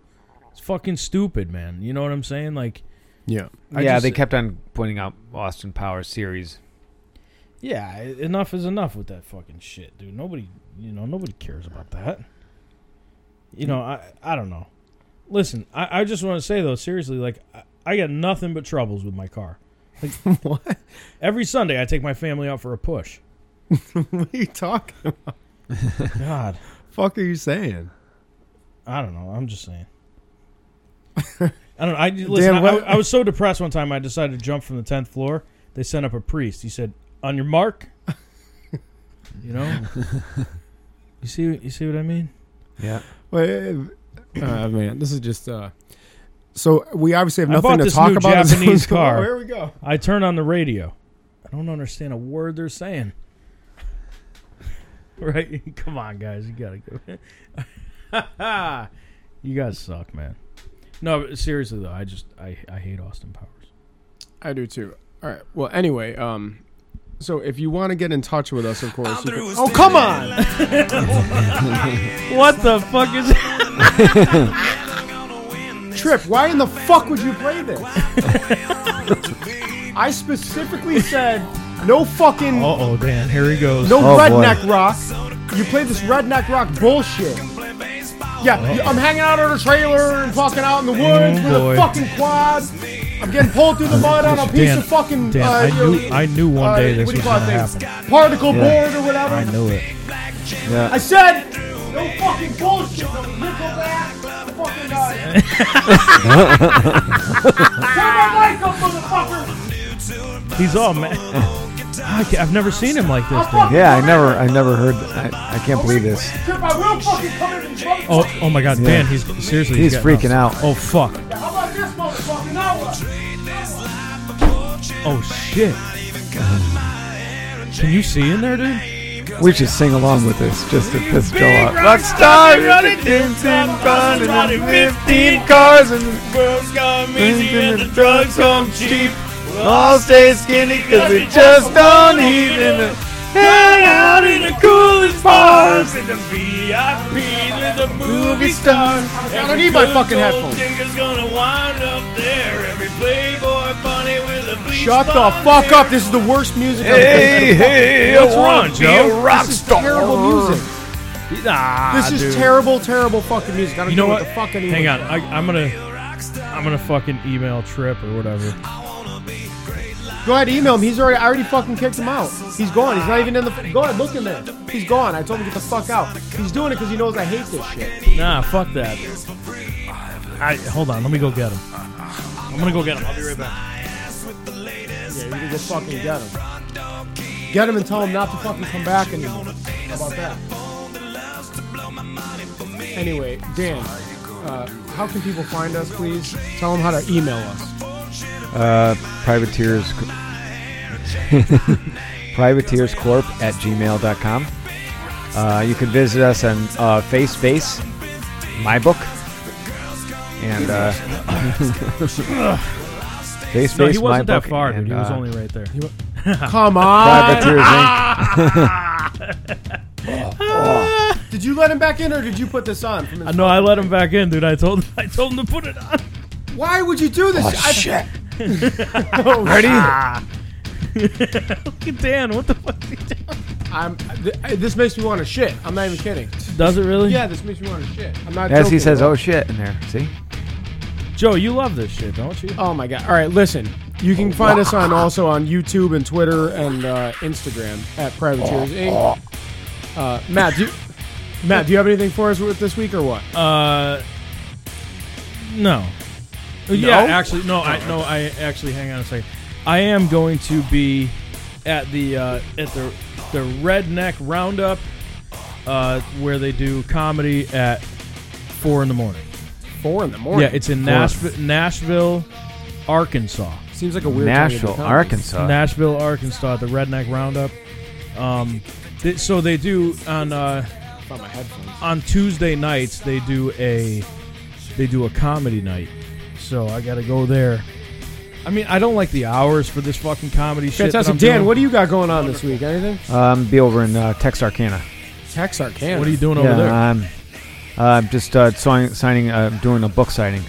Speaker 2: It's fucking stupid, man. You know what I'm saying? Like,
Speaker 1: Yeah.
Speaker 2: I
Speaker 3: yeah.
Speaker 2: just-
Speaker 3: they kept on pointing out Austin Powers series.
Speaker 2: Yeah, e- enough is enough with that fucking shit, dude. Nobody, you know, nobody cares about that. You know, I I don't know. Listen, I, I just want to say though, seriously, like I, I got nothing but troubles with my car. Like
Speaker 1: What?
Speaker 2: Every Sunday, I take my family out for a push.
Speaker 1: what are you talking?
Speaker 2: God,
Speaker 1: Fuck are you saying?
Speaker 2: I don't know. I'm just saying. I don't know. I listen. I,
Speaker 1: what-
Speaker 2: I was so depressed one time. I decided to jump from the tenth floor. They sent up a priest. He said, "On your mark." you know. you see. You see what I mean?
Speaker 3: Yeah,
Speaker 1: Well, uh, man, this is just. uh So we obviously have
Speaker 2: I
Speaker 1: nothing
Speaker 2: bought
Speaker 1: to
Speaker 2: this
Speaker 1: talk
Speaker 2: new
Speaker 1: about.
Speaker 2: Japanese car.
Speaker 1: Here we go.
Speaker 2: I turn on the radio. I don't understand a word they're saying. Right? Come on, guys. You gotta go. you guys suck, man. No, but seriously though, I just I, I hate Austin Powers.
Speaker 1: I do too. All right. Well, anyway, um, so if you want to get in touch with us, of course. you can- oh, come on!
Speaker 2: What the fuck is?
Speaker 1: Trip, why in the fuck would you play this? I specifically said no fucking,
Speaker 2: Uh oh, Dan. Here he goes.
Speaker 1: no
Speaker 3: Oh, boy.
Speaker 1: redneck rock. You play this redneck rock bullshit. Yeah, I'm hanging out on a trailer and fucking out in the woods with
Speaker 2: boy.
Speaker 1: a fucking quad. I'm getting pulled through the mud on a piece
Speaker 2: Dan,
Speaker 1: of fucking
Speaker 2: Dan,
Speaker 1: uh,
Speaker 2: I
Speaker 1: you
Speaker 2: knew
Speaker 1: know,
Speaker 2: I knew one
Speaker 1: uh,
Speaker 2: day this
Speaker 1: what do you
Speaker 2: was
Speaker 1: call
Speaker 2: gonna
Speaker 1: it,
Speaker 2: happen.
Speaker 1: things? Particle
Speaker 3: Yeah.
Speaker 1: board or whatever.
Speaker 2: I
Speaker 1: I,
Speaker 2: knew it.
Speaker 3: Yeah.
Speaker 1: said, no fucking bullshit. No Nickelback. Fucking uh, turn my mic up, motherfucker.
Speaker 2: He's all mad. I ca- I've never seen him like this.
Speaker 1: I'll
Speaker 2: Dude.
Speaker 1: fucking
Speaker 3: Yeah, I
Speaker 1: come
Speaker 3: never,
Speaker 1: in.
Speaker 3: I never heard. I, I can't believe this.
Speaker 1: Trip, I will fucking come in and motherfucker.
Speaker 2: Oh, oh my God, Dan! He's seriously.
Speaker 3: He's
Speaker 2: getting
Speaker 3: freaking
Speaker 2: us.
Speaker 3: out.
Speaker 2: Oh fuck!
Speaker 1: How about this motherfucker? Now what?
Speaker 2: Oh shit! Can you see in there, dude?
Speaker 3: We should sing along with this just to piss Joe off.
Speaker 1: rock
Speaker 3: Rock
Speaker 1: star,
Speaker 3: star
Speaker 1: running,
Speaker 3: running, dancing, running, running, fifteen cars and the
Speaker 5: Girls come easy and the
Speaker 3: drinking
Speaker 5: drugs come cheap.
Speaker 3: all stay skinny because we just don't eat in the hang out in the coolest bars
Speaker 5: In the VIP with the
Speaker 3: movie
Speaker 5: movie
Speaker 3: stars.
Speaker 1: I don't need my fucking headphones.
Speaker 5: Digger's gonna wind up there. Every playboy bunny with a bleach
Speaker 1: Shut the
Speaker 5: blonde
Speaker 1: fuck
Speaker 5: hair.
Speaker 1: up. This is the worst music I've
Speaker 3: Hey, hey,
Speaker 5: What's
Speaker 3: I
Speaker 5: wrong,
Speaker 3: wanna be
Speaker 5: Joe?
Speaker 3: a rock
Speaker 1: This is
Speaker 3: star.
Speaker 1: terrible music. this is terrible, terrible fucking music. I don't
Speaker 2: You know
Speaker 1: Ah, know
Speaker 2: what?
Speaker 1: what the fuck anyone.
Speaker 2: Hang on, I, I'm gonna, I'm gonna fucking email Trip or whatever.
Speaker 1: Go ahead, email him. He's already. I already fucking kicked him out. He's gone. He's not even in the. Go ahead, look in there. He's gone. I told him to get the fuck out. He's doing it because he knows I hate this shit.
Speaker 2: Nah, fuck that. I hold on, let me go get him. I'm gonna go get him. I'll be right back.
Speaker 1: Yeah, you can go fucking get him. Get him and tell him not to fucking come back anymore. How about that? Anyway, Dan, uh, how can people find us? Please tell them how to email us.
Speaker 3: Uh, privateers. privateerscorp at gmail.com. Uh, you can visit us on uh, Face Face, my book, and uh, Face
Speaker 2: No,
Speaker 3: Face,
Speaker 2: he wasn't
Speaker 3: my
Speaker 2: that
Speaker 3: book,
Speaker 2: far,
Speaker 3: and,
Speaker 2: dude. He was
Speaker 3: uh,
Speaker 2: only right there.
Speaker 1: Come on.
Speaker 3: Privateers
Speaker 5: Ah,
Speaker 3: Inc.
Speaker 1: Did you let him back in or did you put this on? From his-
Speaker 2: Uh, no, I let him back in, dude. I told, I told him to put it on.
Speaker 1: Why would you do this? I-
Speaker 3: Oh, Shit.
Speaker 1: Ready?
Speaker 2: Ah. Look at Dan. What the fuck? Is he doing?
Speaker 1: I'm, th- I- this makes me want to shit. I'm not even kidding.
Speaker 2: Does it really?
Speaker 1: Yeah, this makes me want to shit. I'm not.
Speaker 3: As he
Speaker 1: joking.
Speaker 3: says, oh shit, in there. See?
Speaker 2: Joe, you love this shit, don't you?
Speaker 1: Oh my god! All right, listen. You can find us on also on YouTube and Twitter and uh, Instagram at Privateers Inc. Uh, Matt, do you, Matt, do you have anything for us with this week or what?
Speaker 2: Uh, no. Uh, Yeah, actually, no. I no. I actually, hang on a second. I am going to be at the uh, at the the Redneck Roundup, uh, where they do comedy at four in the morning.
Speaker 1: Four in the morning.
Speaker 2: Yeah, it's in Nashville, Nashville, Arkansas.
Speaker 1: seems like a weird time to do
Speaker 3: Nashville,
Speaker 1: comedy.
Speaker 3: Arkansas.
Speaker 2: Nashville, Arkansas, at the Redneck Roundup. Um, th- so they do on. Uh,
Speaker 1: I found my headphones.
Speaker 2: on Tuesday nights they do a they do a comedy night. So I got to go there. I mean, I don't like the hours for this fucking comedy shit.
Speaker 1: Fantastic, Dan. What do you got going on this week? Anything?
Speaker 3: um, be over in uh, Texarkana.
Speaker 1: Texarkana.
Speaker 2: What are you doing
Speaker 3: yeah,
Speaker 2: over there?
Speaker 3: I'm uh, just uh, sign, signing, uh, doing a book signing.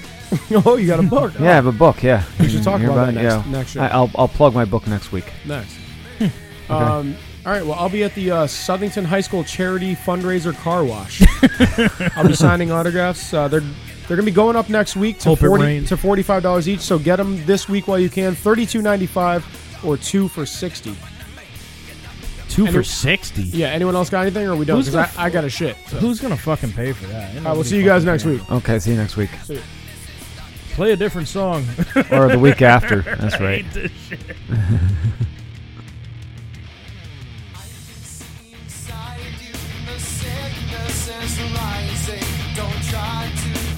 Speaker 1: doing? oh, you got a book.
Speaker 3: Yeah, I have a book. Yeah,
Speaker 1: We should talk
Speaker 3: You're
Speaker 1: about that next-
Speaker 3: yeah.
Speaker 1: next show.
Speaker 3: I, I'll I'll plug my book next week.
Speaker 1: Nice. um, all right. Well, I'll be at the uh, Southington High School charity fundraiser car wash. I'll be signing autographs. Uh, they're they're gonna be going up next week to
Speaker 2: Hope it
Speaker 1: forty
Speaker 2: rains.
Speaker 1: to forty five dollars each. So get them this week while you can. Thirty two ninety five or two for sixty.
Speaker 2: Two
Speaker 1: Any-
Speaker 2: for sixty.
Speaker 1: Yeah. Anyone else got anything? Or we done?
Speaker 2: Who's
Speaker 1: Because
Speaker 2: gonna
Speaker 1: I, I
Speaker 2: f-
Speaker 1: got a shit. So. All
Speaker 2: Who's gonna fucking pay for that?
Speaker 1: right. We'll see you guys next week.
Speaker 3: Okay, see you next week
Speaker 2: Play a different song.
Speaker 3: or the week after. That's right.
Speaker 4: Inside you, the sickness is rising. Don't try to